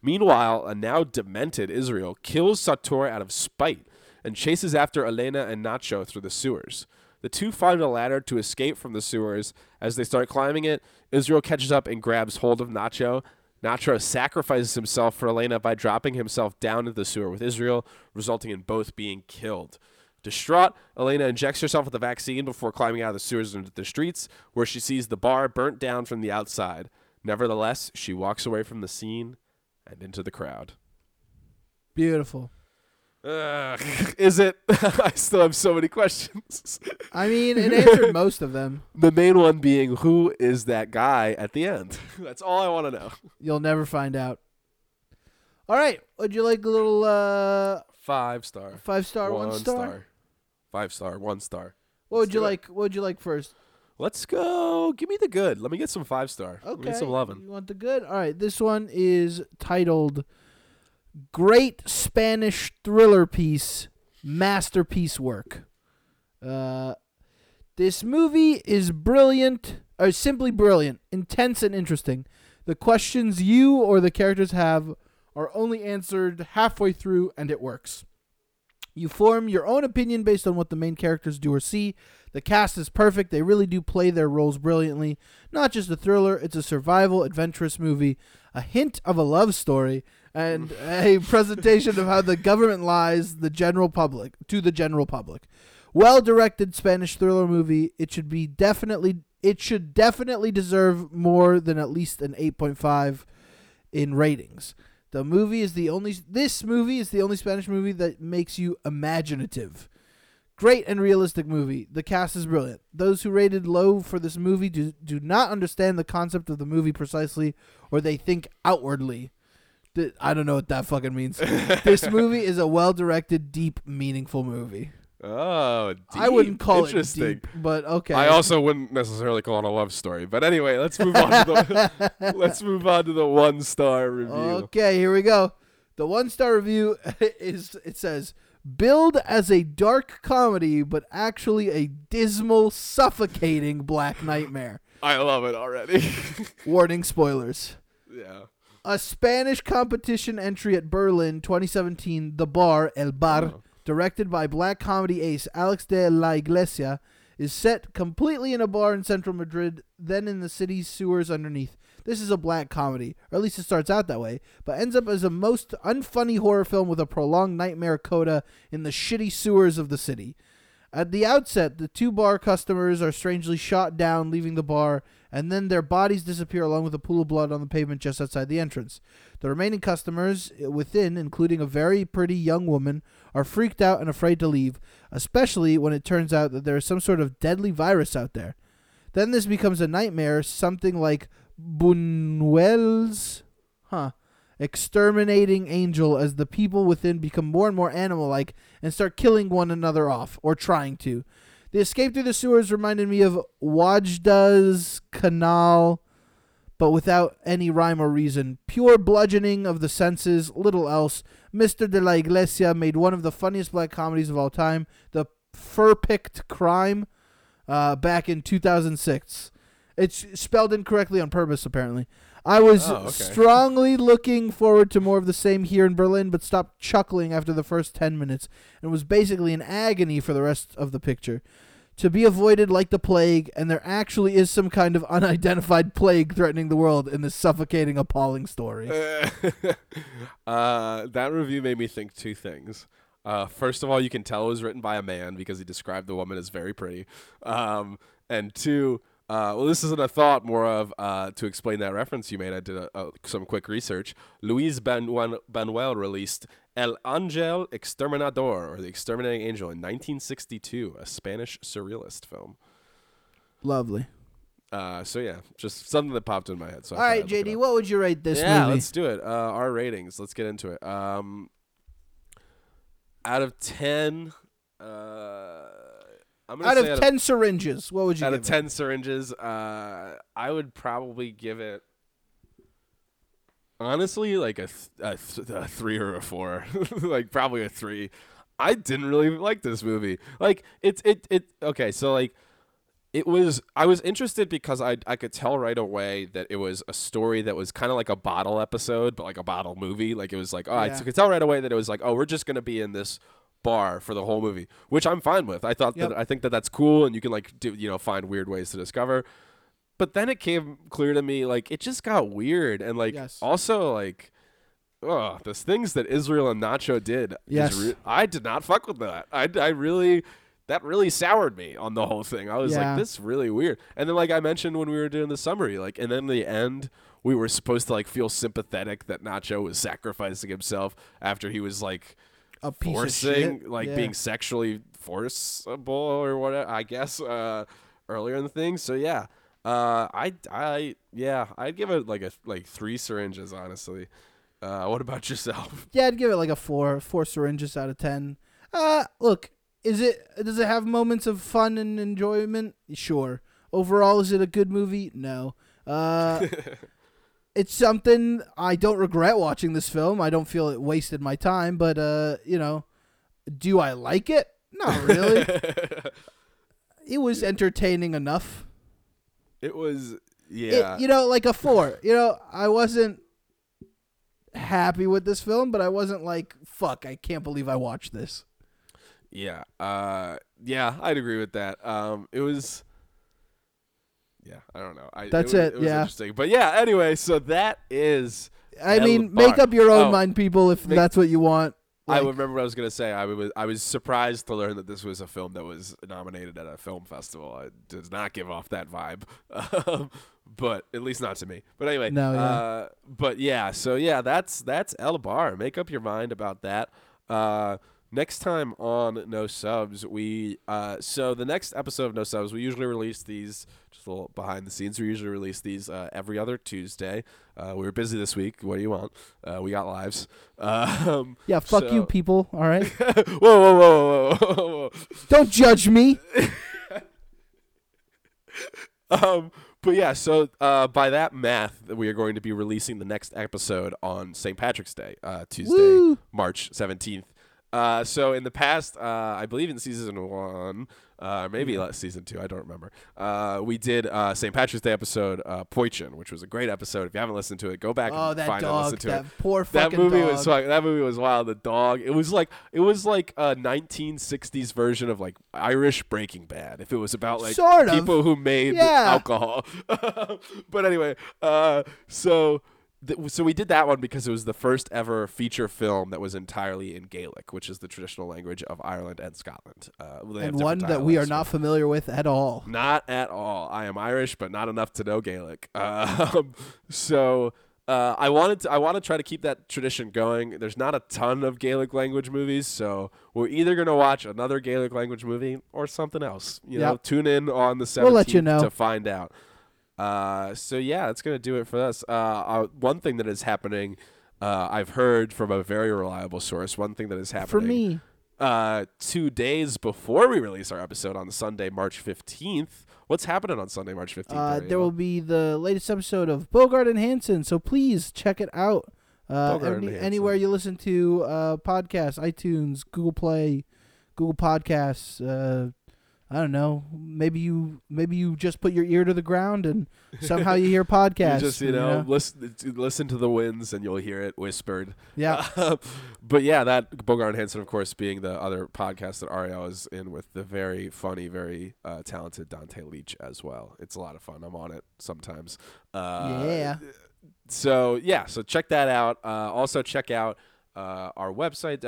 [SPEAKER 3] Meanwhile, a now demented Israel kills Sator out of spite and chases after Elena and Nacho through the sewers. The two find a ladder to escape from the sewers. As they start climbing it, Israel catches up and grabs hold of Nacho. Nacho sacrifices himself for Elena by dropping himself down into the sewer with Israel, resulting in both being killed. Distraught, Elena injects herself with the vaccine before climbing out of the sewers into the streets, where she sees the bar burnt down from the outside. Nevertheless, she walks away from the scene and into the crowd.
[SPEAKER 4] Beautiful.
[SPEAKER 3] Ugh, is it? I still have so many questions.
[SPEAKER 4] I mean, it answered most of them.
[SPEAKER 3] the main one being who is that guy at the end? That's all I want to know.
[SPEAKER 4] You'll never find out. All right. Would you like a little uh,
[SPEAKER 3] Five star.
[SPEAKER 4] five star, one, star?
[SPEAKER 3] Five star, one star.
[SPEAKER 4] What
[SPEAKER 3] Let's
[SPEAKER 4] would you
[SPEAKER 3] do it.
[SPEAKER 4] like? What would you like first?
[SPEAKER 3] Let's go. Give me the good. Let me get some five star. Let me
[SPEAKER 4] Okay.
[SPEAKER 3] get some loving.
[SPEAKER 4] You want the good? All right. This one is titled great Spanish thriller piece, masterpiece work. Uh, this movie is brilliant, or simply brilliant, intense and interesting. The questions you or the characters have are only answered halfway through, and it works. You form your own opinion based on what the main characters do or see. The cast is perfect. They really do play their roles brilliantly. Not just a thriller, it's a survival, adventurous movie, a hint of a love story, and a presentation of how the government lies the general public to the general public. Well directed Spanish thriller movie. It should be definitely it should definitely deserve more than at least an 8.5 in ratings. The movie is the only this movie is the only Spanish movie that makes you imaginative. Great and realistic movie. The cast is brilliant. Those who rated low for this movie do, do not understand the concept of the movie precisely or they think outwardly. Th- I don't know what that fucking means. this movie is a well-directed, deep, meaningful movie.
[SPEAKER 3] Oh,
[SPEAKER 4] I wouldn't
[SPEAKER 3] deep.
[SPEAKER 4] call it
[SPEAKER 3] interesting.
[SPEAKER 4] deep, but okay.
[SPEAKER 3] I also wouldn't necessarily call it a love story, but anyway, let's move on. to the, let's move on to the one star review.
[SPEAKER 4] Okay, here we go. The one star review is it says billed as a dark comedy, but actually a dismal, suffocating black nightmare.
[SPEAKER 3] I love it already.
[SPEAKER 4] Warning spoilers.
[SPEAKER 3] yeah.
[SPEAKER 4] A Spanish competition entry at Berlin 2017, The Bar, El Bar, directed by black comedy ace Alex de la Iglesia, is set completely in a bar in central Madrid, then in the city's sewers underneath. This is a black comedy, or at least it starts out that way, but ends up as a most unfunny horror film with a prolonged nightmare coda in the shitty sewers of the city. At the outset, the two bar customers are strangely shot down, leaving the bar, and then their bodies disappear along with a pool of blood on the pavement just outside the entrance. The remaining customers uh, within, including a very pretty young woman, are freaked out and afraid to leave, especially when it turns out that there is some sort of deadly virus out there. Then this becomes a nightmare, something like Buñuel's huh, exterminating angel as the people within become more and more animal like and start killing one another off, or trying to. The escape through the sewers reminded me of Wajda's Canal, but without any rhyme or reason. Pure bludgeoning of the senses, little else. Mr. de la Iglesia made one of the funniest black comedies of all time, The Fur Picked Crime, uh, back in 2006. It's spelled incorrectly on purpose, apparently. I was
[SPEAKER 3] Oh, okay.
[SPEAKER 4] strongly looking forward to more of the same here in Berlin, but stopped chuckling after the first 10 minutes and was basically in agony for the rest of the picture. To be avoided like the plague, and there actually is some kind of unidentified plague threatening the world in this suffocating, appalling story.
[SPEAKER 3] uh, that review made me think two things. Uh, first of all, you can tell it was written by a man because he described the woman as very pretty. Um, and two, uh, well, this isn't a thought, more of uh, to explain that reference you made. I did a, a, some quick research. Luis Banuel, Banuel released El Angel Exterminador, or The Exterminating Angel, in 1962, a Spanish surrealist film.
[SPEAKER 4] Lovely.
[SPEAKER 3] Uh, so yeah, just something that popped in my head. So I
[SPEAKER 4] All
[SPEAKER 3] thought
[SPEAKER 4] right,
[SPEAKER 3] I'd look it
[SPEAKER 4] JD,
[SPEAKER 3] up.
[SPEAKER 4] what would you rate this
[SPEAKER 3] yeah,
[SPEAKER 4] movie?
[SPEAKER 3] let's do it. Uh, our ratings. Let's get into it. Um, out of ten, uh, I'm gonna
[SPEAKER 4] Out
[SPEAKER 3] say
[SPEAKER 4] of 10 syringes, what would you
[SPEAKER 3] out
[SPEAKER 4] give
[SPEAKER 3] of
[SPEAKER 4] it?
[SPEAKER 3] ten syringes, uh, I would probably give it. Honestly, like a, th- a, th- a three or a four, like probably a three. I didn't really like this movie. Like it's it it okay. So like it was I was interested because I I could tell right away that it was a story that was kind of like a bottle episode, but like a bottle movie. Like it was like oh I
[SPEAKER 4] Yeah.
[SPEAKER 3] could tell right away that it was like oh we're just gonna be in this bar for the whole movie, which I'm fine with. I thought
[SPEAKER 4] Yep.
[SPEAKER 3] that I think that that's cool, and you can like do you know find weird ways to discover. But then it came clear to me like it just got weird and like
[SPEAKER 4] Yes.
[SPEAKER 3] also like. Oh, the things that Israel and Nacho did. is
[SPEAKER 4] Yes.
[SPEAKER 3] re- I did not fuck with that. I, I really, that really soured me on the whole thing. I was
[SPEAKER 4] Yeah.
[SPEAKER 3] like, this is really weird. And then, like I mentioned when we were doing the summary, like, and then the end, we were supposed to like feel sympathetic that Nacho was sacrificing himself after he was like
[SPEAKER 4] A piece of
[SPEAKER 3] forcing,
[SPEAKER 4] shit.
[SPEAKER 3] like
[SPEAKER 4] yeah.
[SPEAKER 3] being sexually forcible or whatever. I guess uh, earlier in the thing. So yeah, uh, I, I, yeah, I'd give it like a like three syringes, honestly. Uh, what about yourself?
[SPEAKER 4] Yeah, I'd give it like a four, four syringes out of ten. Uh, look, is it does it have moments of fun and enjoyment? Sure. Overall, is it a good movie? No. Uh, it's something I don't regret watching this film. I don't feel it wasted my time, but uh, you know, do I like it? Not really. it was entertaining enough.
[SPEAKER 3] It was
[SPEAKER 4] It-
[SPEAKER 3] yeah.
[SPEAKER 4] you know, like a four. You know, I wasn't happy with this film, but I wasn't like, fuck, I can't believe I watched this.
[SPEAKER 3] Yeah. Uh yeah, I'd agree with that. Um it was Yeah, I don't know. I,
[SPEAKER 4] That's
[SPEAKER 3] it. Was,
[SPEAKER 4] it,
[SPEAKER 3] it was
[SPEAKER 4] yeah.
[SPEAKER 3] interesting. But yeah, anyway, so that is
[SPEAKER 4] I
[SPEAKER 3] El
[SPEAKER 4] mean, make
[SPEAKER 3] Bar-
[SPEAKER 4] up your own
[SPEAKER 3] Oh,
[SPEAKER 4] mind, people, if
[SPEAKER 3] Make-
[SPEAKER 4] that's what you want.
[SPEAKER 3] I
[SPEAKER 4] Like,
[SPEAKER 3] remember what I was gonna say. I was I was surprised to learn that this was a film that was nominated at a film festival. It does not give off that vibe, um, but at least not to me. But anyway,
[SPEAKER 4] No, yeah.
[SPEAKER 3] Uh, but yeah, so yeah, that's that's El Bar. Make up your mind about that. Uh, next time on No Subs, we uh, so the next episode of No Subs, we usually release these just a little behind the scenes. We usually release these uh, every other Tuesday. Uh, we were busy this week. What do you want? Uh, we got lives. Um,
[SPEAKER 4] yeah, fuck you,
[SPEAKER 3] so-
[SPEAKER 4] people. All right,
[SPEAKER 3] whoa, whoa, whoa, whoa, whoa,
[SPEAKER 4] don't judge me.
[SPEAKER 3] whoa. Um, but yeah, so uh, by that math, we are going to be releasing the next episode on St. Patrick's Day, uh, Tuesday,
[SPEAKER 4] Woo.
[SPEAKER 3] March 17th. Uh, so in the past, uh, I believe in season one, uh, maybe last season two, I don't remember. Uh, we did uh, St. Patrick's Day episode, uh, Poichin, which was a great episode. If you haven't listened to it, go back
[SPEAKER 4] Oh,
[SPEAKER 3] and
[SPEAKER 4] that
[SPEAKER 3] find and
[SPEAKER 4] dog,
[SPEAKER 3] listen to
[SPEAKER 4] that
[SPEAKER 3] it.
[SPEAKER 4] poor
[SPEAKER 3] that
[SPEAKER 4] fucking
[SPEAKER 3] movie was
[SPEAKER 4] dog.
[SPEAKER 3] fuck- that movie was wild. The dog. It was like it was like a 1960s version of like Irish Breaking Bad. If it was about like
[SPEAKER 4] Sort of.
[SPEAKER 3] people who made
[SPEAKER 4] Yeah.
[SPEAKER 3] alcohol. but anyway, uh, so. th- So we did that one because it was the first ever feature film that was entirely in Gaelic, which is the traditional language of Ireland and Scotland, uh, they have
[SPEAKER 4] and
[SPEAKER 3] different
[SPEAKER 4] one that we are
[SPEAKER 3] dialects,
[SPEAKER 4] not familiar with at all.
[SPEAKER 3] not at all. I am Irish, but not enough to know Gaelic. Um, so uh, I wanted to, I want to try to keep that tradition going. There's not a ton of Gaelic language movies, so we're either gonna watch another Gaelic language movie or something else. You know,
[SPEAKER 4] Yep.
[SPEAKER 3] tune in on the 17th
[SPEAKER 4] We'll let you know.
[SPEAKER 3] to find out. Uh, so yeah, that's gonna do it for us. Uh, uh, one thing that is happening, uh, I've heard from a very reliable source. One thing that is happening
[SPEAKER 4] For me,
[SPEAKER 3] uh, two days before we release our episode on Sunday, March 15th. What's happening on Sunday, March 15th?
[SPEAKER 4] uh, there
[SPEAKER 3] Ariel?
[SPEAKER 4] will be the latest episode of Bogart and Hanson, so please check it out. Uh,
[SPEAKER 3] Bogart and
[SPEAKER 4] any-
[SPEAKER 3] Hanson.
[SPEAKER 4] anywhere you listen to uh, podcasts, iTunes, Google Play, Google Podcasts. Uh, I don't know. Maybe you maybe you just put your ear to the ground and somehow you hear podcasts.
[SPEAKER 3] you just, you know, listen, listen to the winds and you'll hear it whispered.
[SPEAKER 4] yeah.
[SPEAKER 3] but yeah, that Bogart and Hanson, of course, being the other podcast that Ariel is in with the very funny, very uh, talented Dante Leach as well. It's a lot of fun. I'm on it sometimes. Uh,
[SPEAKER 4] Yeah.
[SPEAKER 3] So yeah, so check that out. Uh, also check out uh, our website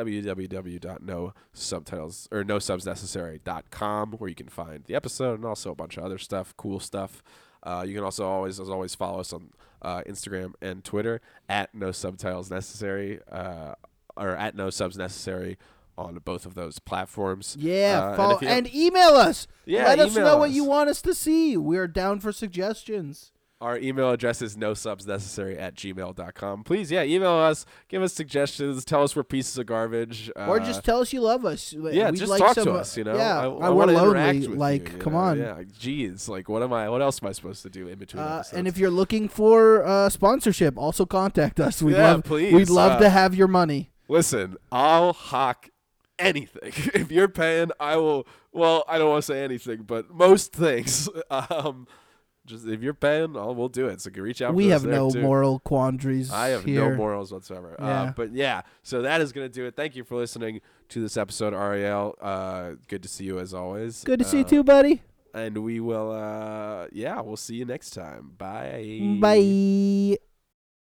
[SPEAKER 3] www.no or no subs necessary.com where you can find the episode and also a bunch of other stuff, cool stuff. Uh, you can also always, as always, follow us on uh, Instagram and Twitter at no subtitles necessary uh, or at no subs necessary on both of those platforms.
[SPEAKER 4] Yeah,
[SPEAKER 3] Uh,
[SPEAKER 4] follow-
[SPEAKER 3] if you-
[SPEAKER 4] and, email us.
[SPEAKER 3] Yeah,
[SPEAKER 4] Let us
[SPEAKER 3] email
[SPEAKER 4] know what
[SPEAKER 3] us.
[SPEAKER 4] you want us to see. We are down for suggestions.
[SPEAKER 3] Our email address is no subs necessary at gmail.com. Please, yeah, email us, give us suggestions, tell us we're pieces of garbage. Uh,
[SPEAKER 4] or just tell us you love us.
[SPEAKER 3] yeah,
[SPEAKER 4] We'd
[SPEAKER 3] just
[SPEAKER 4] like
[SPEAKER 3] talk
[SPEAKER 4] some,
[SPEAKER 3] to
[SPEAKER 4] uh,
[SPEAKER 3] us. You know,
[SPEAKER 4] yeah,
[SPEAKER 3] I,
[SPEAKER 4] uh,
[SPEAKER 3] I
[SPEAKER 4] we're
[SPEAKER 3] wanna interact
[SPEAKER 4] lonely.
[SPEAKER 3] with
[SPEAKER 4] Like,
[SPEAKER 3] you, you
[SPEAKER 4] come
[SPEAKER 3] know?
[SPEAKER 4] on.
[SPEAKER 3] Yeah, geez, like what am I? What else am I supposed to do in between?
[SPEAKER 4] Uh,
[SPEAKER 3] episodes?
[SPEAKER 4] and if you're looking for uh, sponsorship, also contact us. We'd
[SPEAKER 3] Yeah,
[SPEAKER 4] love,
[SPEAKER 3] please,
[SPEAKER 4] We'd love
[SPEAKER 3] uh,
[SPEAKER 4] to have your money.
[SPEAKER 3] Listen, I'll hawk anything. if you're paying, I will. Well, I don't want to say anything, but most things. Um, just if you're paying, I'll, we'll do it. So you can reach out.
[SPEAKER 4] We
[SPEAKER 3] to us
[SPEAKER 4] have
[SPEAKER 3] there,
[SPEAKER 4] no
[SPEAKER 3] too.
[SPEAKER 4] moral quandaries.
[SPEAKER 3] I have
[SPEAKER 4] here.
[SPEAKER 3] no morals whatsoever. Uh,
[SPEAKER 4] Yeah.
[SPEAKER 3] but yeah, so that is gonna do it. Thank you for listening to this episode, Ariel. Uh, good to see you as always.
[SPEAKER 4] Good to see you
[SPEAKER 3] Uh,
[SPEAKER 4] too, buddy.
[SPEAKER 3] And we will. Uh, yeah, we'll see you next time. Bye.
[SPEAKER 4] Bye.